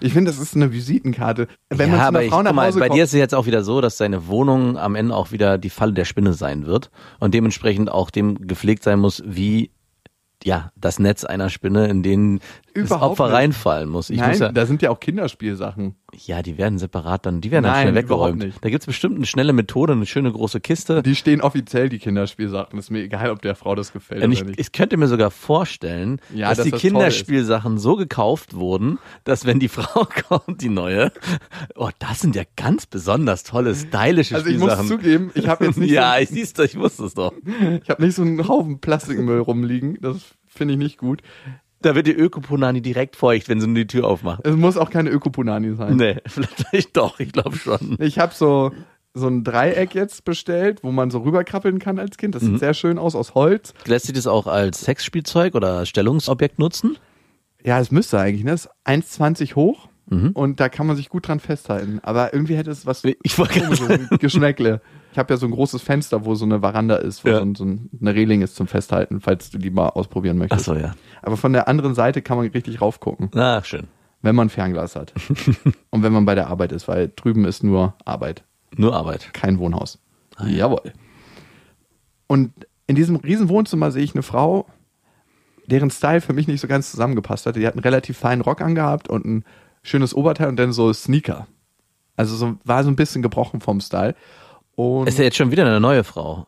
Ich finde, das ist eine Visitenkarte. Wenn
ja,
man zu
aber
einer
ich,
Frau
guck
nach
mal,
Hause
bei
kommt,
dir ist es jetzt auch wieder so, dass deine Wohnung am Ende auch wieder die Falle der Spinne sein wird und dementsprechend auch dem gepflegt sein muss, wie ja das Netz einer Spinne, in den das
Überhaupt
Opfer
nicht.
reinfallen muss. Ich
nein,
muss ja,
da sind ja auch Kinderspielsachen.
Ja, die werden separat dann, die werden dann
Nein,
schnell weggeräumt.
überhaupt nicht.
Da gibt's bestimmt eine schnelle Methode, eine schöne große Kiste.
Die stehen offiziell, die Kinderspielsachen. Ist mir egal, ob der Frau das gefällt
Ähm,
oder
ich,
nicht.
ich könnte mir sogar vorstellen,
Ja,
dass
dass
die
das toll ist.
Kinderspielsachen so gekauft wurden, dass wenn die Frau kommt, die neue, oh, das sind ja ganz besonders tolle, stylische
also ich
Spielsachen.
muss zugeben, ich habe jetzt nicht,
ja, ich siehst du, ich wusste es doch.
so, ich hab nicht so einen Haufen Plastikmüll rumliegen. Das finde ich nicht gut.
Da wird die Ökoponani direkt feucht, wenn sie nur die Tür aufmacht.
Es muss auch keine Ökopunani sein.
Nee, vielleicht doch, ich glaube schon.
Ich habe so, so ein Dreieck jetzt bestellt, wo man so rüberkrabbeln kann als Kind.
Mhm.
Das sieht sehr schön aus, aus Holz.
Lässt sich das auch als Sexspielzeug oder als Stellungsobjekt nutzen?
Ja, es müsste eigentlich, ne? Es ist 1,20 hoch
Mhm.
und da kann man sich gut dran festhalten. Aber irgendwie hätte es was
Ich wollte gerade
komisches ein Geschmäckle. Ich habe ja so ein großes Fenster, wo so eine Veranda ist, wo
Ja.
so, ein, so ein- eine Reling ist zum Festhalten, falls du die mal ausprobieren
Ach
möchtest.
so, ja.
Aber von der anderen Seite kann man richtig raufgucken,
Na, schön.
wenn man Fernglas hat. und wenn man bei der Arbeit ist, weil drüben ist nur Arbeit.
Nur Arbeit.
kein Wohnhaus. Jawohl. Und in diesem riesen Wohnzimmer sehe ich eine Frau, deren Style für mich nicht so ganz zusammengepasst hatte. Die hat einen relativ feinen Rock angehabt und ein schönes Oberteil und dann so Sneaker. Also so, war so ein bisschen gebrochen vom Style. Und
Ist ja jetzt schon wieder eine neue Frau.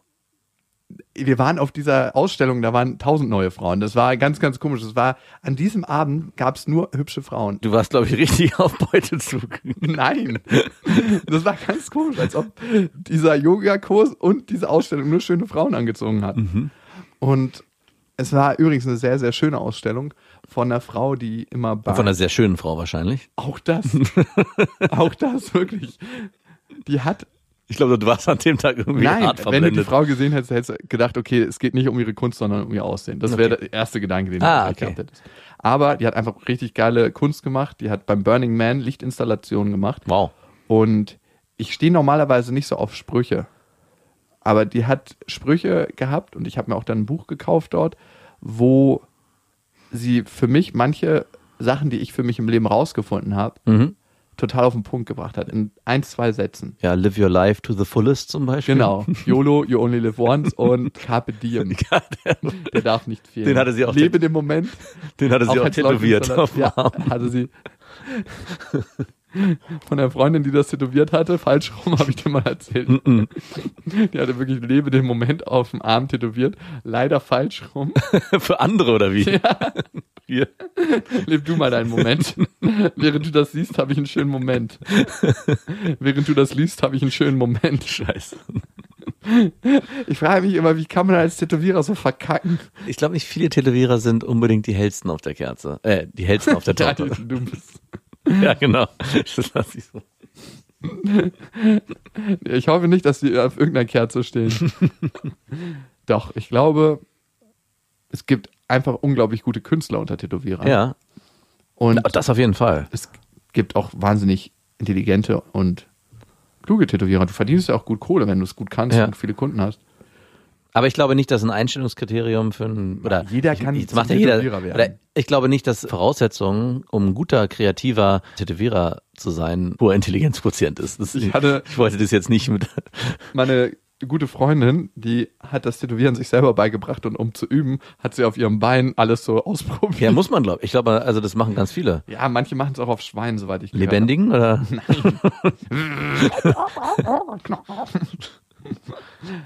wir waren auf dieser Ausstellung, da waren tausend neue Frauen. Das war ganz, ganz komisch. Das war, an diesem Abend gab es nur hübsche Frauen.
Du warst, glaube ich, richtig auf Beutezug.
Nein. Das war ganz komisch, als ob dieser Yoga-Kurs und diese Ausstellung nur schöne Frauen angezogen hatten.
Mhm.
Und es war übrigens eine sehr, sehr schöne Ausstellung von einer Frau, die immer bei.
Von einer sehr schönen Frau wahrscheinlich.
auch das. auch das, wirklich. Die hat.
Ich glaube, du warst an dem Tag irgendwie
Nein,
hart
wenn du die
verblendet.
Frau gesehen hättest, hättest du gedacht, okay, es geht nicht um ihre Kunst, sondern um ihr Aussehen. Das wäre der erste Gedanke, den
Ah,
du vielleicht
okay.
gehabt hättest. Aber die hat einfach richtig geile Kunst gemacht. Die hat beim Burning Man Lichtinstallationen gemacht.
Wow.
Und ich stehe normalerweise nicht so auf Sprüche. Aber die hat Sprüche gehabt und ich habe mir auch dann ein Buch gekauft dort, wo sie für mich manche Sachen, die ich für mich im Leben rausgefunden habe,
Mhm.
total auf den Punkt gebracht hat. In ein, zwei Sätzen.
Ja, live your life to the fullest zum Beispiel.
Genau. YOLO, you only live once und Carpe Diem.
Ja, der-
Der darf nicht fehlen.
Den hatte sie auch
Lebe den Moment.
Den hatte sie auch,
als Leute
tätowiert.
mit so einer-
Auf dem
ja,
Arm.
hatte sie. Von der Freundin, die das tätowiert hatte, falsch rum, habe ich dir mal erzählt.
Mm,
Die hatte wirklich Lebe den Moment auf dem Arm tätowiert. Leider falsch rum.
Für andere oder wie? Hier.
Leb du mal deinen Moment. Während du das siehst, habe ich einen schönen Moment. Während du das liest, habe ich einen schönen Moment.
Scheiße.
Ich frage mich immer, wie kann man als Tätowierer so verkacken?
Ich glaube nicht viele Tätowierer sind unbedingt die hellsten auf der Kerze. Äh, die hellsten auf der
Ja,
Torte.
du bist.
ja, genau. Das lasse ich so.
Ich hoffe nicht, dass die auf irgendeiner Kerze stehen. Doch, ich glaube, es gibt einfach unglaublich gute Künstler unter Tätowierern.
Ja,
Und
das auf jeden Fall.
es gibt auch wahnsinnig intelligente und kluge Tätowierer. Du verdienst ja auch gut Kohle, wenn du es gut kannst
Ja.
und viele Kunden hast.
Aber ich glaube nicht, dass ein Einstellungskriterium für einen oder
Jeder kann
jetzt
zum
macht ja jeder.
Tätowierer werden.
Oder ich glaube nicht, dass Voraussetzungen, um ein guter kreativer Tätowierer zu sein, hoher Intelligenzquotient ist. Das,
Ich hatte-
ich wollte das jetzt nicht mit.
Meine gute Freundin, die hat das Tätowieren sich selber beigebracht und um zu üben, hat sie auf ihrem Bein alles so ausprobiert.
Ja, muss man glaube ich. Ich glaube, also das machen ganz viele.
Ja, manche machen es auch auf Schwein, soweit ich gehört habe.
Lebendigen oder?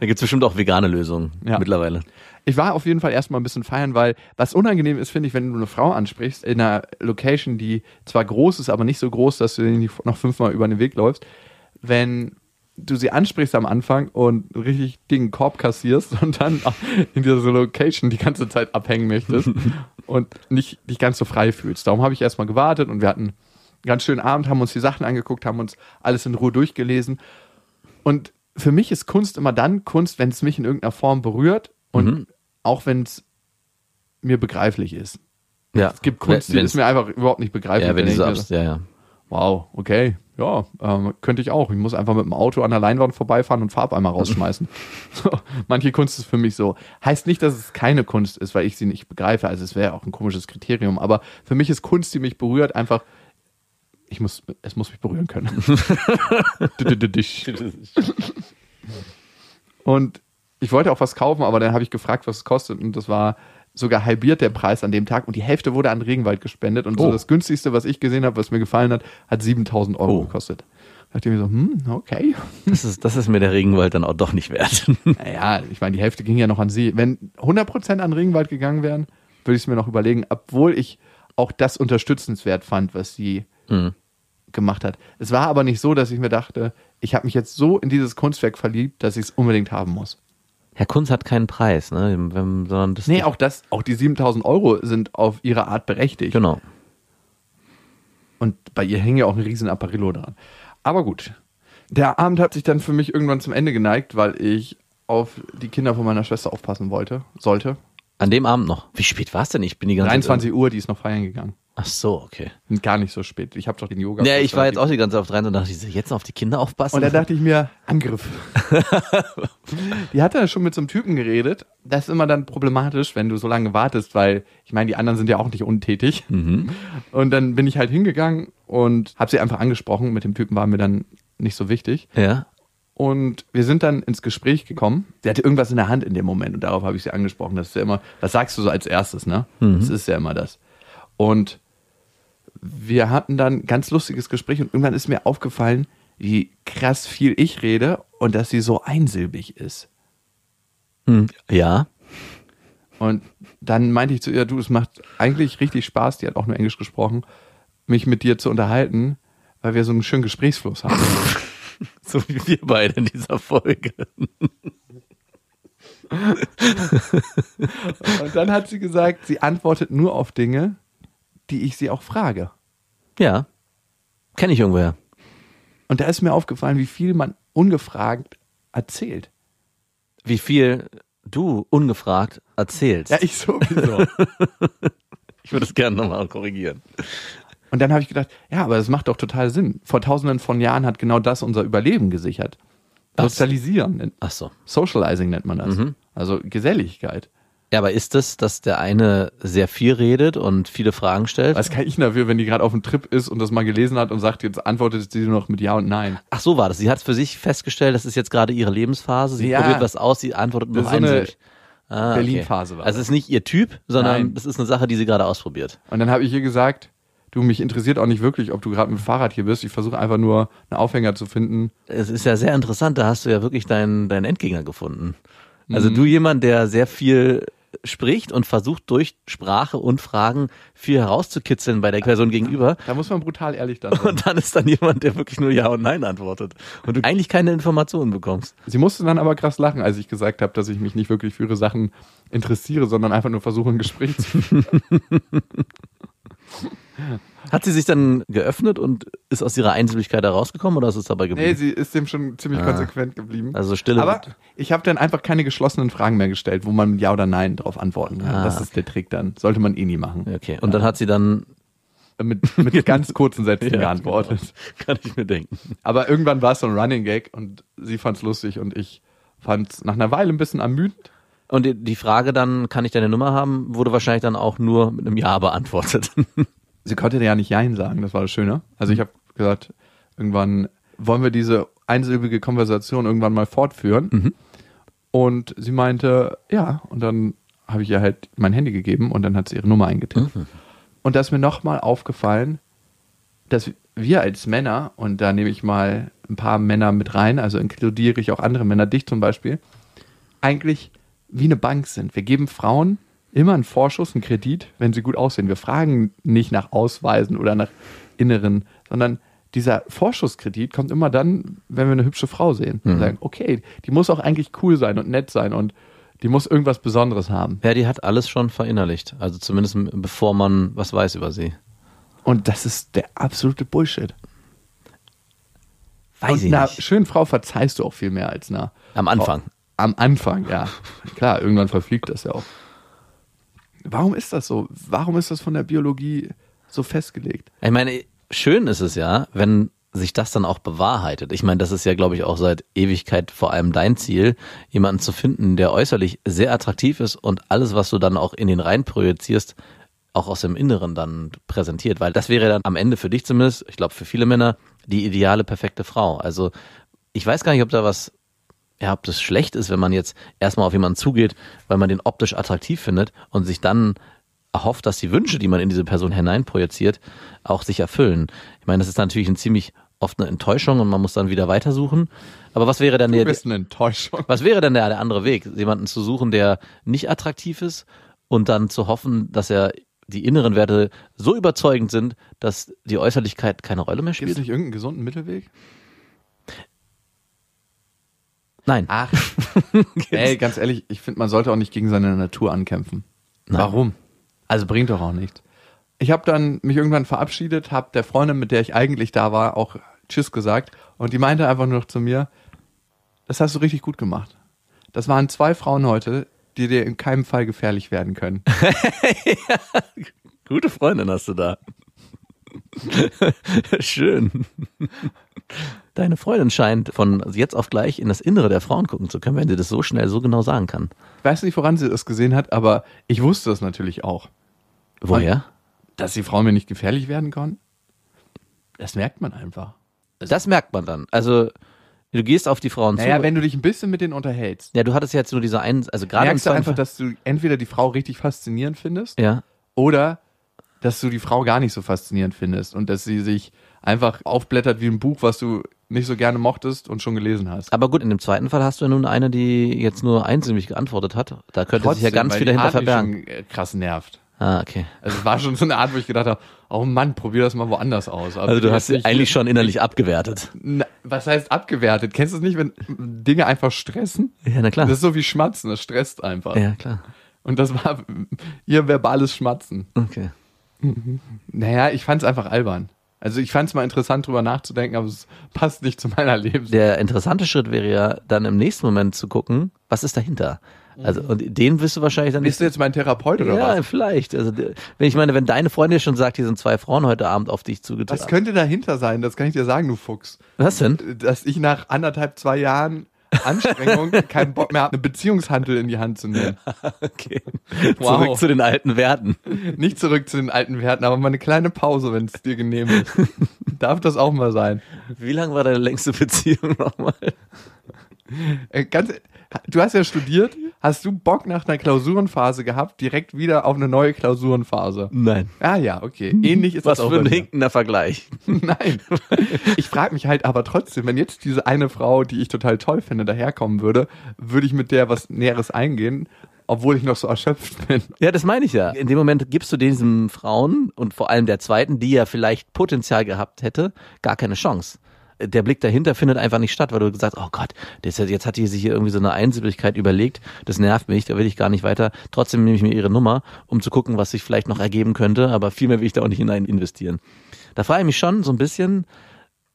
da gibt's bestimmt auch vegane Lösungen
Ja.
mittlerweile.
Ich war auf jeden Fall erstmal ein bisschen feiern, weil was unangenehm ist, finde ich, wenn du eine Frau ansprichst in einer Location, die zwar groß ist, aber nicht so groß, dass du dir nicht noch fünfmal über den Weg läufst, wenn du sie ansprichst am Anfang und einen richtig dicken Korb kassierst und dann auch in dieser Location die ganze Zeit abhängen möchtest und nicht dich ganz so frei fühlst. Darum habe ich erstmal gewartet und wir hatten einen ganz schönen Abend, haben uns die Sachen angeguckt, haben uns alles in Ruhe durchgelesen und für mich ist Kunst immer dann Kunst, wenn es mich in irgendeiner Form berührt und
Mhm.
auch wenn es mir begreiflich ist.
Ja.
Es gibt Kunst, die
Wenn-
ist mir also. einfach überhaupt nicht begreiflich.
ja, wenn
Dann
du so
denk ich
abs- ja, ja.
mir, wow, okay, ja, ähm, könnte ich auch. Ich muss einfach mit dem Auto an der Leinwand vorbeifahren und Farbeimer rausschmeißen. so, manche Kunst ist für mich so. Heißt nicht, dass es keine Kunst ist, weil ich sie nicht begreife. Also es wäre auch ein komisches Kriterium. Aber für mich ist Kunst, die mich berührt, einfach, ich muss, es muss mich berühren können. Dich. Und ich wollte auch was kaufen, aber dann habe ich gefragt, was es kostet. Und das war sogar halbiert der Preis an dem Tag und die Hälfte wurde an Regenwald gespendet. Und so
Oh.
das günstigste, was ich gesehen habe, was mir gefallen hat, hat 7000 Euro
Oh.
gekostet. Da dachte ich mir so, hm, okay.
Das ist, das ist mir der Regenwald dann auch doch nicht wert.
Naja, ich meine, die Hälfte ging ja noch an sie. Wenn 100% an Regenwald gegangen wären, würde ich es mir noch überlegen, obwohl ich auch das unterstützenswert fand, was sie
Mhm.
gemacht hat. Es war aber nicht so, dass ich mir dachte, ich habe mich jetzt so in dieses Kunstwerk verliebt, dass ich es unbedingt haben muss.
Herr Kunz hat keinen Preis, ne? Wenn, sondern das
Nee, auch das, auch die 7000 Euro sind auf ihre Art berechtigt.
Genau.
Und bei ihr hängt ja auch ein riesen Apparillo dran. Aber gut. Der Abend hat sich dann für mich irgendwann zum Ende geneigt, weil ich auf die Kinder von meiner Schwester aufpassen wollte, sollte.
An dem Abend noch. Wie spät war es denn? Ich bin die ganze Zeit. äh,
23 Uhr, die ist noch feiern gegangen.
Ach so, okay.
Und Gar nicht so spät. Ich habe doch den Yoga.
Ja, ich war jetzt auch die ganze Zeit auf 23 und dachte, ich so, jetzt noch auf die Kinder aufpassen.
Und da dachte ich mir, Angriff. die hat ja schon mit so einem Typen geredet. Das ist immer dann problematisch, wenn du so lange wartest, weil ich meine, die anderen sind ja auch nicht untätig. Und dann bin ich halt hingegangen und habe sie einfach angesprochen. Mit dem Typen waren wir dann nicht so wichtig.
ja.
Und wir sind dann ins Gespräch gekommen. Sie hatte irgendwas in der Hand in dem Moment und darauf habe ich sie angesprochen. Das ist ja immer, was sagst du so als erstes, ne? Das ist ja immer das. Und wir hatten dann ein ganz lustiges Gespräch und irgendwann ist mir aufgefallen, wie krass viel ich rede und dass sie so einsilbig ist.
Hm. Ja.
Und dann meinte ich zu ihr, du, es macht eigentlich richtig Spaß, die hat auch nur Englisch gesprochen, mich mit dir zu unterhalten, weil wir so einen schönen Gesprächsfluss haben.
So wie wir beide in dieser Folge.
Und dann hat sie gesagt, sie antwortet nur auf Dinge, die ich sie auch frage.
Ja. Kenne ich irgendwoher.
Und da ist mir aufgefallen, wie viel man ungefragt erzählt.
Wie viel du ungefragt erzählst.
ich sowieso.
ich würde es gerne nochmal korrigieren.
Und dann habe ich gedacht, ja, aber das macht doch total Sinn. Vor tausenden von Jahren hat genau das unser Überleben gesichert.
Was?
Sozialisieren,
Ach so.
Socializing nennt man das. Also Geselligkeit.
Ja, aber ist es, dass der eine sehr viel redet und viele Fragen stellt?
Was kann ich dafür, wenn die gerade auf dem Trip ist und das mal gelesen hat und sagt, jetzt antwortet sie nur noch mit Ja und Nein.
Ach so war das. Sie hat für sich festgestellt, das ist jetzt gerade ihre Lebensphase. Sie
Ja.
probiert was aus, sie antwortet nur
Das
noch
ist so eine
einsilbig. Ah,
Berlin-Phase war
Also es ist nicht ihr Typ, sondern
Nein.
das ist eine Sache, die sie gerade ausprobiert.
Und dann habe ich ihr gesagt, du, mich interessiert auch nicht wirklich, ob du gerade mit dem Fahrrad hier bist. Ich versuche einfach nur, einen Aufhänger zu finden.
Es ist ja sehr interessant, da hast du ja wirklich deinen, deinen Endgegner gefunden.
Mhm.
Also du jemand, der sehr viel spricht und versucht durch Sprache und Fragen viel herauszukitzeln bei der Person gegenüber.
Da muss man brutal ehrlich dann sein.
Und dann ist dann jemand, der wirklich nur Ja und Nein antwortet und du eigentlich keine Informationen bekommst.
Sie musste dann aber krass lachen, als ich gesagt habe, dass ich mich nicht wirklich für ihre Sachen interessiere, sondern einfach nur versuche, ein Gespräch zu führen.
Hat sie sich dann geöffnet und ist aus ihrer Einsilbigkeit herausgekommen oder ist es dabei geblieben?
Nee, sie ist dem schon ziemlich konsequent geblieben.
Also Stille
Aber
wird-
ich habe dann einfach keine geschlossenen Fragen mehr gestellt, wo man mit Ja oder Nein drauf antworten kann.
Ah,
das ist der Trick dann. Sollte man eh nie machen.
Okay, und dann hat sie dann,
Mit, mit ganz kurzen Sätzen
Ja, genau.
geantwortet.
kann ich mir denken.
Aber irgendwann war es so ein Running Gag und sie fand es lustig und ich fand es nach einer Weile ein bisschen ermüdend.
Und die- die Frage dann, kann ich deine Nummer haben, wurde wahrscheinlich dann auch nur mit einem Ja beantwortet.
sie konnte ja nicht Jein sagen, das war das Schöne. Also ich habe gesagt, irgendwann wollen wir diese einsilbige Konversation irgendwann mal fortführen. Und sie meinte, ja. Und dann habe ich ihr halt mein Handy gegeben und dann hat sie ihre Nummer eingetippt. Und da ist mir nochmal aufgefallen, dass wir als Männer, und da nehme ich mal ein paar Männer mit rein, also inkludiere ich auch andere Männer, dich zum Beispiel, eigentlich wie eine Bank sind. Wir geben Frauen immer einen Vorschuss, einen Kredit, wenn sie gut aussehen. Wir fragen nicht nach Ausweisen oder nach Inneren, sondern dieser Vorschusskredit kommt immer dann, wenn wir eine hübsche Frau sehen. Wir sagen, okay, die muss auch eigentlich cool sein und nett sein und die muss irgendwas Besonderes haben.
ja, die hat alles schon verinnerlicht. Also zumindest m- bevor man was weiß über sie.
Und das ist der absolute Bullshit.
Weiß
und
ich
einer
nicht.
schönen Frau verzeihst du auch viel mehr als einer.
Am Anfang.
Frau. Am Anfang, ja. Klar, irgendwann verfliegt das ja auch. Warum ist das so? Warum ist das von der Biologie so festgelegt?
Ich meine, schön ist es ja, wenn sich das dann auch bewahrheitet. Ich meine, das ist ja, glaube ich, auch seit Ewigkeit vor allem dein Ziel, jemanden zu finden, der äußerlich sehr attraktiv ist und alles, was du dann auch in den rein projizierst, auch aus dem Inneren dann präsentiert. Weil das wäre dann am Ende für dich zumindest, ich glaube für viele Männer, die ideale, perfekte Frau. Also ich weiß gar nicht, ob da was ja, ob das schlecht ist, wenn man jetzt erstmal auf jemanden zugeht, weil man den optisch attraktiv findet und sich dann erhofft, dass die Wünsche, die man in diese Person hineinprojiziert, auch sich erfüllen. Ich meine, das ist natürlich ein ziemlich oft eine Enttäuschung und man muss dann wieder weitersuchen. Aber was wäre dann
Du
der,
bist eine Enttäuschung.
was wäre denn der, der andere Weg? Jemanden zu suchen, der nicht attraktiv ist und dann zu hoffen, dass er die inneren Werte so überzeugend sind, dass die Äußerlichkeit keine Rolle mehr
Gibt es
spielt?
nicht irgendeinen gesunden Mittelweg?
Nein.
Ach. Ey, ganz ehrlich, ich finde, man sollte auch nicht gegen seine Natur ankämpfen. Warum? Also bringt doch auch nichts. Ich habe dann mich irgendwann verabschiedet, habe der Freundin, mit der ich eigentlich da war, auch Tschüss gesagt und die meinte einfach nur noch zu mir, das hast du richtig gut gemacht. Das waren zwei Frauen heute, die dir in keinem Fall gefährlich werden können.
Gute Freundin hast du da. Schön. Deine Freundin scheint von jetzt auf gleich in das Innere der Frauen gucken zu können, wenn sie das so schnell so genau sagen kann.
Ich weiß nicht, woran sie das gesehen hat, aber ich wusste es natürlich auch,
Woher?
dass die Frauen mir nicht gefährlich werden konnten. Das merkt man einfach.
Das merkt man dann. Also, du gehst auf die Frauen
Naja,
zu.
wenn du dich ein bisschen mit denen unterhältst,
ja, du hattest jetzt nur diese einen, also gerade
merkst du
im zweiten
einfach,
Fall-
dass du entweder die Frau richtig faszinierend findest
Ja.
Oder dass du die Frau gar nicht so faszinierend findest und dass sie sich einfach aufblättert wie ein Buch, was du nicht so gerne mochtest und schon gelesen hast.
Aber gut, in dem zweiten Fall hast du ja nun eine, die jetzt nur einsinnig geantwortet hat. Da könnte sich ja ganz
weil
viel
die
dahinter
Art mich
verbergen.
Schon, äh, krass nervt.
Ah, okay.
Also es war schon so eine Art, wo ich gedacht habe, oh Mann, probier das mal woanders aus. Aber
Also du
jetzt
hast sie
nicht-
eigentlich schon innerlich abgewertet.
Na, was heißt abgewertet? Kennst du es nicht, wenn Dinge einfach stressen?
Ja, na klar.
Das ist so wie Schmatzen, das stresst einfach.
Ja, klar.
Und das war ihr verbales Schmatzen.
Okay.
Naja, ich fand es einfach albern. Also ich fand es mal interessant, drüber nachzudenken, aber es passt nicht zu meiner Lebens.
Der interessante Schritt wäre ja dann im nächsten Moment zu gucken, was ist dahinter. Also und den wirst du wahrscheinlich dann
Bist du jetzt mein Therapeut oder
ja,
was?
vielleicht. Also der- wenn ich meine, wenn deine Freundin schon sagt, hier sind zwei Frauen heute Abend auf dich
Was
zugetragen.
könnte dahinter sein? Das kann ich dir sagen, du Fuchs.
Was denn?
Dass ich nach anderthalb, zwei Jahren Anstrengung keinen Bock mehr habe, eine Beziehungshandel in die Hand zu nehmen.
Okay.
Wow.
Zurück zu den alten Werten.
Nicht zurück zu den alten Werten, aber mal eine kleine Pause, wenn es dir genehm ist. Darf das auch mal sein.
Wie lang war deine längste Beziehung nochmal?
Äh, Ganz, du hast ja studiert. Hast du Bock nach einer Klausurenphase gehabt, direkt wieder auf eine neue Klausurenphase?
Nein.
Ah ja, okay. Ähnlich ist
Was
das auch.
für ein
bei mir.
hinkender Vergleich.
Nein. Ich frage mich halt aber trotzdem, wenn jetzt diese eine Frau, die ich total toll finde, daherkommen würde, würde ich mit der was Näheres eingehen, obwohl ich noch so erschöpft bin.
Ja, das meine ich ja. In dem Moment gibst du diesen Frauen und vor allem der zweiten, die ja vielleicht Potenzial gehabt hätte, gar keine Chance. Der Blick dahinter findet einfach nicht statt, weil du gesagt hast, oh Gott, das, jetzt hat die sich hier irgendwie so eine Einsilbigkeit überlegt, das nervt mich, da will ich gar nicht weiter. Trotzdem nehme ich mir ihre Nummer, um zu gucken, was sich vielleicht noch ergeben könnte, aber viel mehr will ich da auch nicht hinein investieren. Da frage ich mich schon so ein bisschen,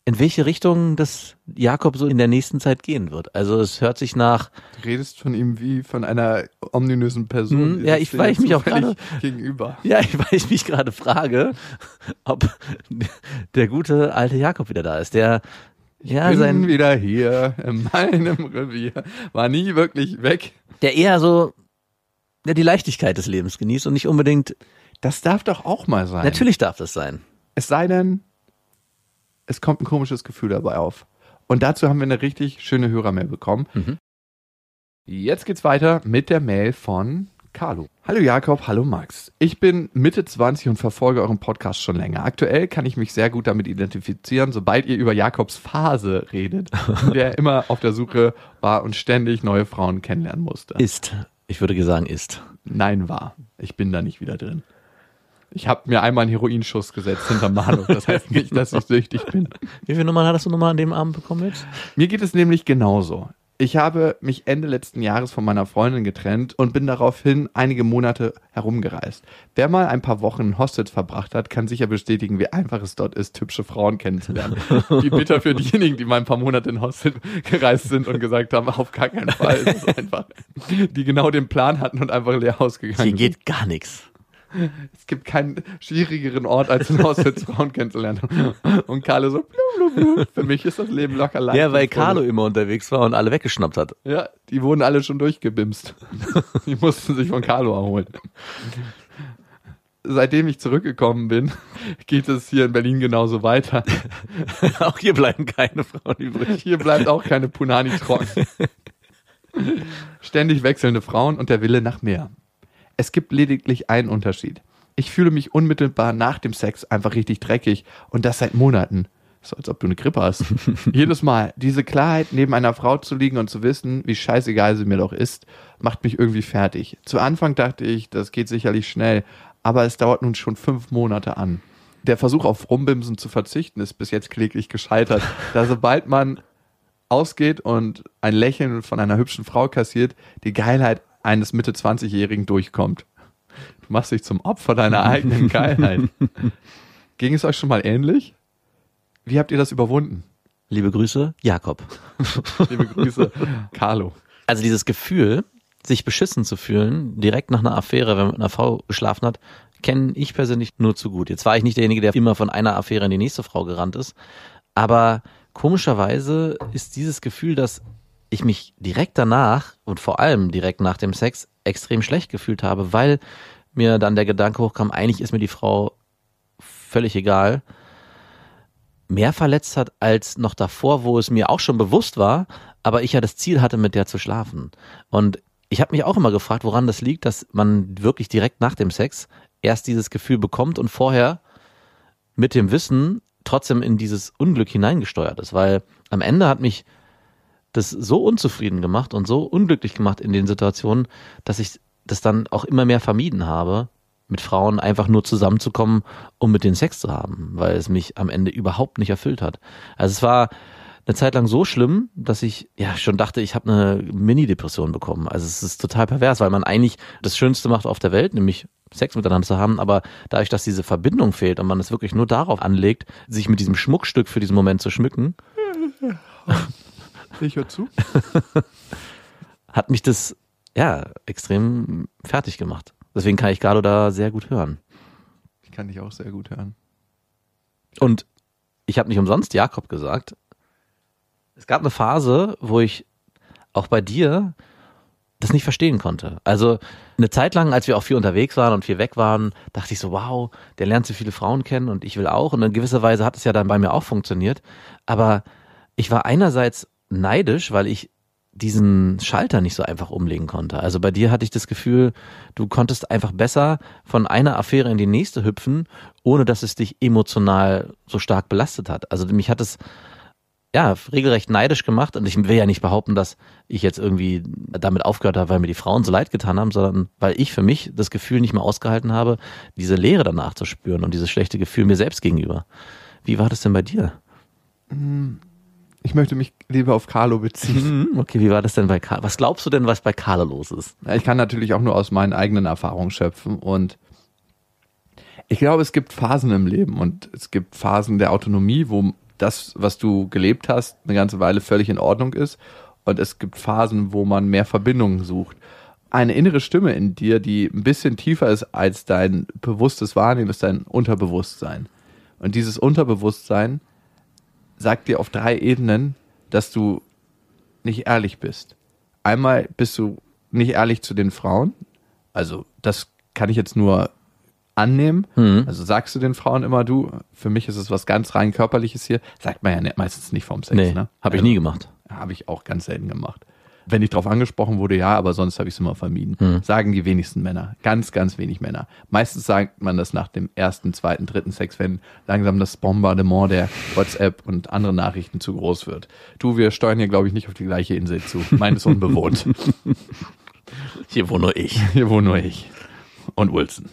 in welche Richtung das Jakob so in der nächsten Zeit gehen wird. Also es hört sich nach,
Du redest von ihm wie von einer ominösen Person.
Hm,
die
ja,
sitzt
ich-
dir
weil ich mich auch
zufällig gegenüber.
Ja, ich- weil ich mich gerade frage, ob der gute alte Jakob wieder da ist. Der, ja,
bin
sein,
wieder hier in meinem Revier. War nie wirklich weg.
der eher so der die Leichtigkeit des Lebens genießt und nicht unbedingt.
Das darf doch auch mal sein.
Natürlich darf das sein.
Es sei denn, es kommt ein komisches Gefühl dabei auf. Und dazu haben wir eine richtig schöne Hörermail bekommen.
Mhm.
Jetzt geht's weiter mit der Mail von Carlo. Hallo Jakob, hallo Max. Ich bin Mitte 20 und verfolge euren Podcast schon länger. Aktuell kann ich mich sehr gut damit identifizieren, sobald ihr über Jakobs Phase redet, in der er immer auf der Suche war und ständig neue Frauen kennenlernen musste.
Ist. Ich würde sagen, ist.
Nein, war. Ich bin da nicht wieder drin. Ich habe mir einmal einen Heroinschuss gesetzt hinter Mahnung. Das heißt nicht, dass ich süchtig bin.
Wie viele Nummern hattest du nochmal an dem Abend bekommen jetzt?
Mir geht es nämlich genauso. Ich habe mich Ende letzten Jahres von meiner Freundin getrennt und bin daraufhin einige Monate herumgereist. Wer mal ein paar Wochen in Hostels verbracht hat, kann sicher bestätigen, wie einfach es dort ist, hübsche Frauen kennenzulernen. Wie bitter für diejenigen, die mal ein paar Monate in Hostels gereist sind und gesagt haben, auf gar keinen Fall, das ist einfach, die genau den Plan hatten und einfach leer ausgegangen
Hier
sind.
geht gar nichts.
Es gibt keinen schwierigeren Ort, als in Hostels Frauen kennenzulernen. Und Carlo so, blu, blu, blu. für mich ist das Leben locker leicht.
Ja, weil
und fröhlich.
Carlo immer unterwegs war und alle weggeschnappt hat.
Ja, die wurden alle schon durchgebimst. Die mussten sich von Carlo erholen. Seitdem ich zurückgekommen bin, geht es hier in Berlin genauso weiter.
Auch hier bleiben keine Frauen übrig.
Hier bleibt auch keine Punani trocken. Ständig wechselnde Frauen und der Wille nach mehr. Es gibt lediglich einen Unterschied. Ich fühle mich unmittelbar nach dem Sex einfach richtig dreckig und das seit Monaten. So als ob du eine Grippe hast. Jedes Mal, diese Klarheit, neben einer Frau zu liegen und zu wissen, wie scheißegal sie mir doch ist, macht mich irgendwie fertig. Zu Anfang dachte ich, das geht sicherlich schnell, aber es dauert nun schon fünf Monate an. Der Versuch auf Rumbimsen zu verzichten ist bis jetzt kläglich gescheitert, da sobald man ausgeht und ein Lächeln von einer hübschen Frau kassiert, die Geilheit eines Mitte 20-Jährigen durchkommt. Du machst dich zum Opfer deiner eigenen Geilheit. Ging es euch schon mal ähnlich? Wie habt ihr das überwunden?
Liebe Grüße, Jakob.
Liebe Grüße, Carlo.
Also dieses Gefühl, sich beschissen zu fühlen, direkt nach einer Affäre, wenn man mit einer Frau geschlafen hat, kenne ich persönlich nur zu gut. Jetzt war ich nicht derjenige, der immer von einer Affäre in die nächste Frau gerannt ist, aber komischerweise ist dieses Gefühl, dass ich mich direkt danach und vor allem direkt nach dem Sex extrem schlecht gefühlt habe, weil mir dann der Gedanke hochkam, eigentlich ist mir die Frau völlig egal, mehr verletzt hat als noch davor, wo es mir auch schon bewusst war, aber ich ja das Ziel hatte, mit der zu schlafen. Und ich habe mich auch immer gefragt, woran das liegt, dass man wirklich direkt nach dem Sex erst dieses Gefühl bekommt und vorher mit dem Wissen trotzdem in dieses Unglück hineingesteuert ist, weil am Ende hat mich das so unzufrieden gemacht und so unglücklich gemacht in den Situationen, dass ich das dann auch immer mehr vermieden habe, mit Frauen einfach nur zusammenzukommen, um mit denen Sex zu haben, weil es mich am Ende überhaupt nicht erfüllt hat. Also es war eine Zeit lang so schlimm, dass ich ja schon dachte, ich habe eine Mini-Depression bekommen. Also es ist total pervers, weil man eigentlich das Schönste macht auf der Welt, nämlich Sex miteinander zu haben, aber dadurch, dass diese Verbindung fehlt und man es wirklich nur darauf anlegt, sich mit diesem Schmuckstück für diesen Moment zu schmücken,
Ich höre zu.
hat mich das ja extrem fertig gemacht. Deswegen kann ich Carlo da sehr gut hören.
Ich kann dich auch sehr gut hören.
Und ich habe nicht umsonst Jakob gesagt. Es gab eine Phase, wo ich auch bei dir das nicht verstehen konnte. Also eine Zeit lang, als wir auch viel unterwegs waren und viel weg waren, dachte ich so, wow, der lernt so viele Frauen kennen und ich will auch. Und in gewisser Weise hat es ja dann bei mir auch funktioniert. Aber ich war einerseits neidisch, weil ich diesen Schalter nicht so einfach umlegen konnte. Also bei dir hatte ich das Gefühl, du konntest einfach besser von einer Affäre in die nächste hüpfen, ohne dass es dich emotional so stark belastet hat. Also mich hat es ja regelrecht neidisch gemacht und ich will ja nicht behaupten, dass ich jetzt irgendwie damit aufgehört habe, weil mir die Frauen so leid getan haben, sondern weil ich für mich das Gefühl nicht mehr ausgehalten habe, diese Leere danach zu spüren und dieses schlechte Gefühl mir selbst gegenüber. Wie war das denn bei dir?
Ich möchte mich lieber auf Carlo beziehen.
Okay, wie war das denn bei Karl? Was glaubst du denn, was bei Karl los ist?
Ja, Ich kann natürlich auch nur aus meinen eigenen Erfahrungen schöpfen und ich glaube, es gibt Phasen im Leben und es gibt Phasen der Autonomie, wo das, was du gelebt hast, eine ganze Weile völlig in Ordnung ist und es gibt Phasen, wo man mehr Verbindungen sucht. Eine innere Stimme in dir, die ein bisschen tiefer ist als dein bewusstes Wahrnehmen, ist dein Unterbewusstsein. Und dieses Unterbewusstsein sagt dir auf drei Ebenen, dass du nicht ehrlich bist. Einmal bist du nicht ehrlich zu den Frauen. Also, das kann ich jetzt nur annehmen.
Mhm.
Also sagst du den Frauen immer, du, für mich ist es was ganz rein körperliches hier. Sagt man ja nicht, meistens nicht vom Sex,
Nee,
ne?
habe ich
Also,
nie gemacht.
Habe ich auch ganz selten gemacht. Wenn ich darauf angesprochen wurde, ja, aber sonst habe ich es immer vermieden. Sagen die wenigsten Männer. Ganz, ganz wenig Männer. Meistens sagt man das nach dem ersten, zweiten, dritten Sex, wenn langsam das Bombardement der WhatsApp und anderen Nachrichten zu groß wird. Du, wir steuern hier, glaube ich, nicht auf die gleiche Insel zu. Meine ist unbewohnt.
Hier wohne nur ich.
Hier wohne nur ich. Und Wilson.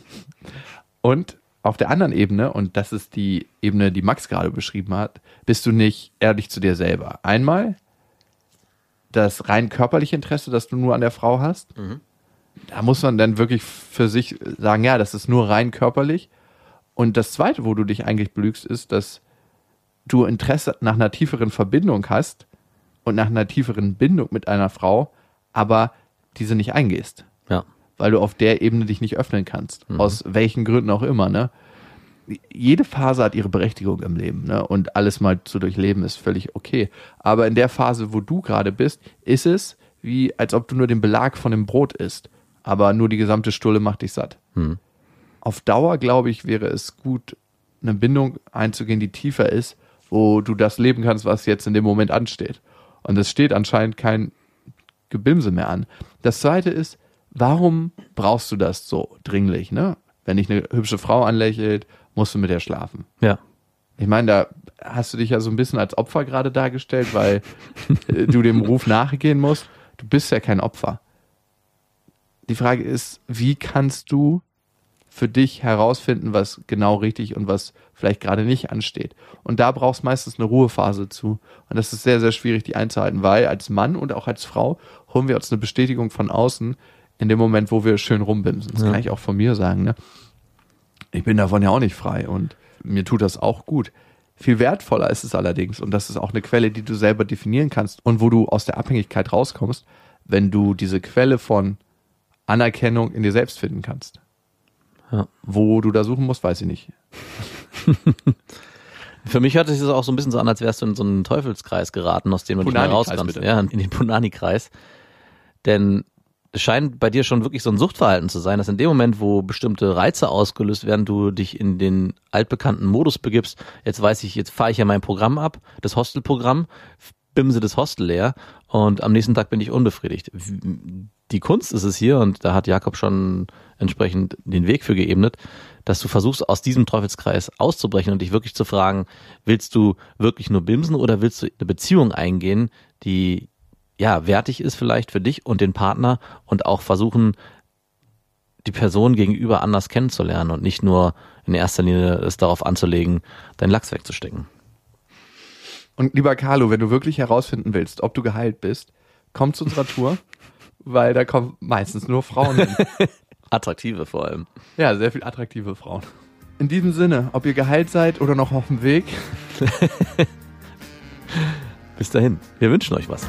Und auf der anderen Ebene, und das ist die Ebene, die Max gerade beschrieben hat, bist du nicht ehrlich zu dir selber. Einmal das rein körperliche Interesse, das du nur an der Frau hast.
Mhm.
Da muss man dann wirklich für sich sagen, ja, das ist nur rein körperlich. Und das Zweite, wo du dich eigentlich belügst, ist, dass du Interesse nach einer tieferen Verbindung hast und nach einer tieferen Bindung mit einer Frau, aber diese nicht eingehst
Ja.
weil du auf der Ebene dich nicht öffnen kannst. Aus welchen Gründen auch immer, ne? Jede Phase hat ihre Berechtigung im Leben, ne? Und alles mal zu durchleben ist völlig okay. Aber in der Phase, wo du gerade bist, ist es wie, als ob du nur den Belag von dem Brot isst. Aber nur die gesamte Stulle macht dich satt. Auf Dauer, glaube ich, wäre es gut, eine Bindung einzugehen, die tiefer ist, wo du das leben kannst, was jetzt in dem Moment ansteht. Und es steht anscheinend kein Gebimse mehr an. Das zweite ist, warum brauchst du das so dringlich, ne? Wenn dich eine hübsche Frau anlächelt, musst du mit der schlafen.
Ja.
Ich meine, da hast du dich ja so ein bisschen als Opfer gerade dargestellt, weil äh, du dem Ruf nachgehen musst. Du bist ja kein Opfer. Die Frage ist, wie kannst du für dich herausfinden, was genau richtig und was vielleicht gerade nicht ansteht. Und da brauchst meistens eine Ruhephase zu. Und das ist sehr, sehr schwierig, die einzuhalten, weil als Mann und auch als Frau holen wir uns eine Bestätigung von außen in dem Moment, wo wir schön rumbimsen. Das kann ich auch von mir sagen. Ne? ich bin davon ja auch nicht frei und mir tut das auch gut. Viel wertvoller ist es allerdings, und das ist auch eine Quelle, die du selber definieren kannst und wo du aus der Abhängigkeit rauskommst, wenn du diese Quelle von Anerkennung in dir selbst finden kannst.
Ja.
Wo du da suchen musst, weiß ich nicht.
Für mich hört sich das auch so ein bisschen so an, als wärst du in so einen Teufelskreis geraten, aus dem du nicht mehr
Punani-Kreis,
rauskommst.
bitte.
Ja, in den Punani-Kreis. Denn es scheint bei dir schon wirklich so ein Suchtverhalten zu sein, dass in dem Moment, wo bestimmte Reize ausgelöst werden, du dich in den altbekannten Modus begibst. Jetzt weiß ich, jetzt fahre ich ja mein Programm ab, das Hostelprogramm, bimse das Hostel leer und am nächsten Tag bin ich unbefriedigt. Die Kunst ist es hier, und da hat Jakob schon entsprechend den Weg für geebnet, dass du versuchst, aus diesem Teufelskreis auszubrechen und dich wirklich zu fragen, willst du wirklich nur bimsen oder willst du eine Beziehung eingehen, die ja, wertig ist vielleicht für dich und den Partner und auch versuchen, die Person gegenüber anders kennenzulernen und nicht nur in erster Linie es darauf anzulegen, deinen Lachs wegzustecken.
Und lieber Carlo, wenn du wirklich herausfinden willst, ob du geheilt bist, komm zu unserer Tour, weil da kommen meistens nur Frauen hin.
Attraktive vor allem.
Ja, sehr viel attraktive Frauen. In diesem Sinne, ob ihr geheilt seid oder noch auf dem Weg,
Bis dahin, wir wünschen euch was.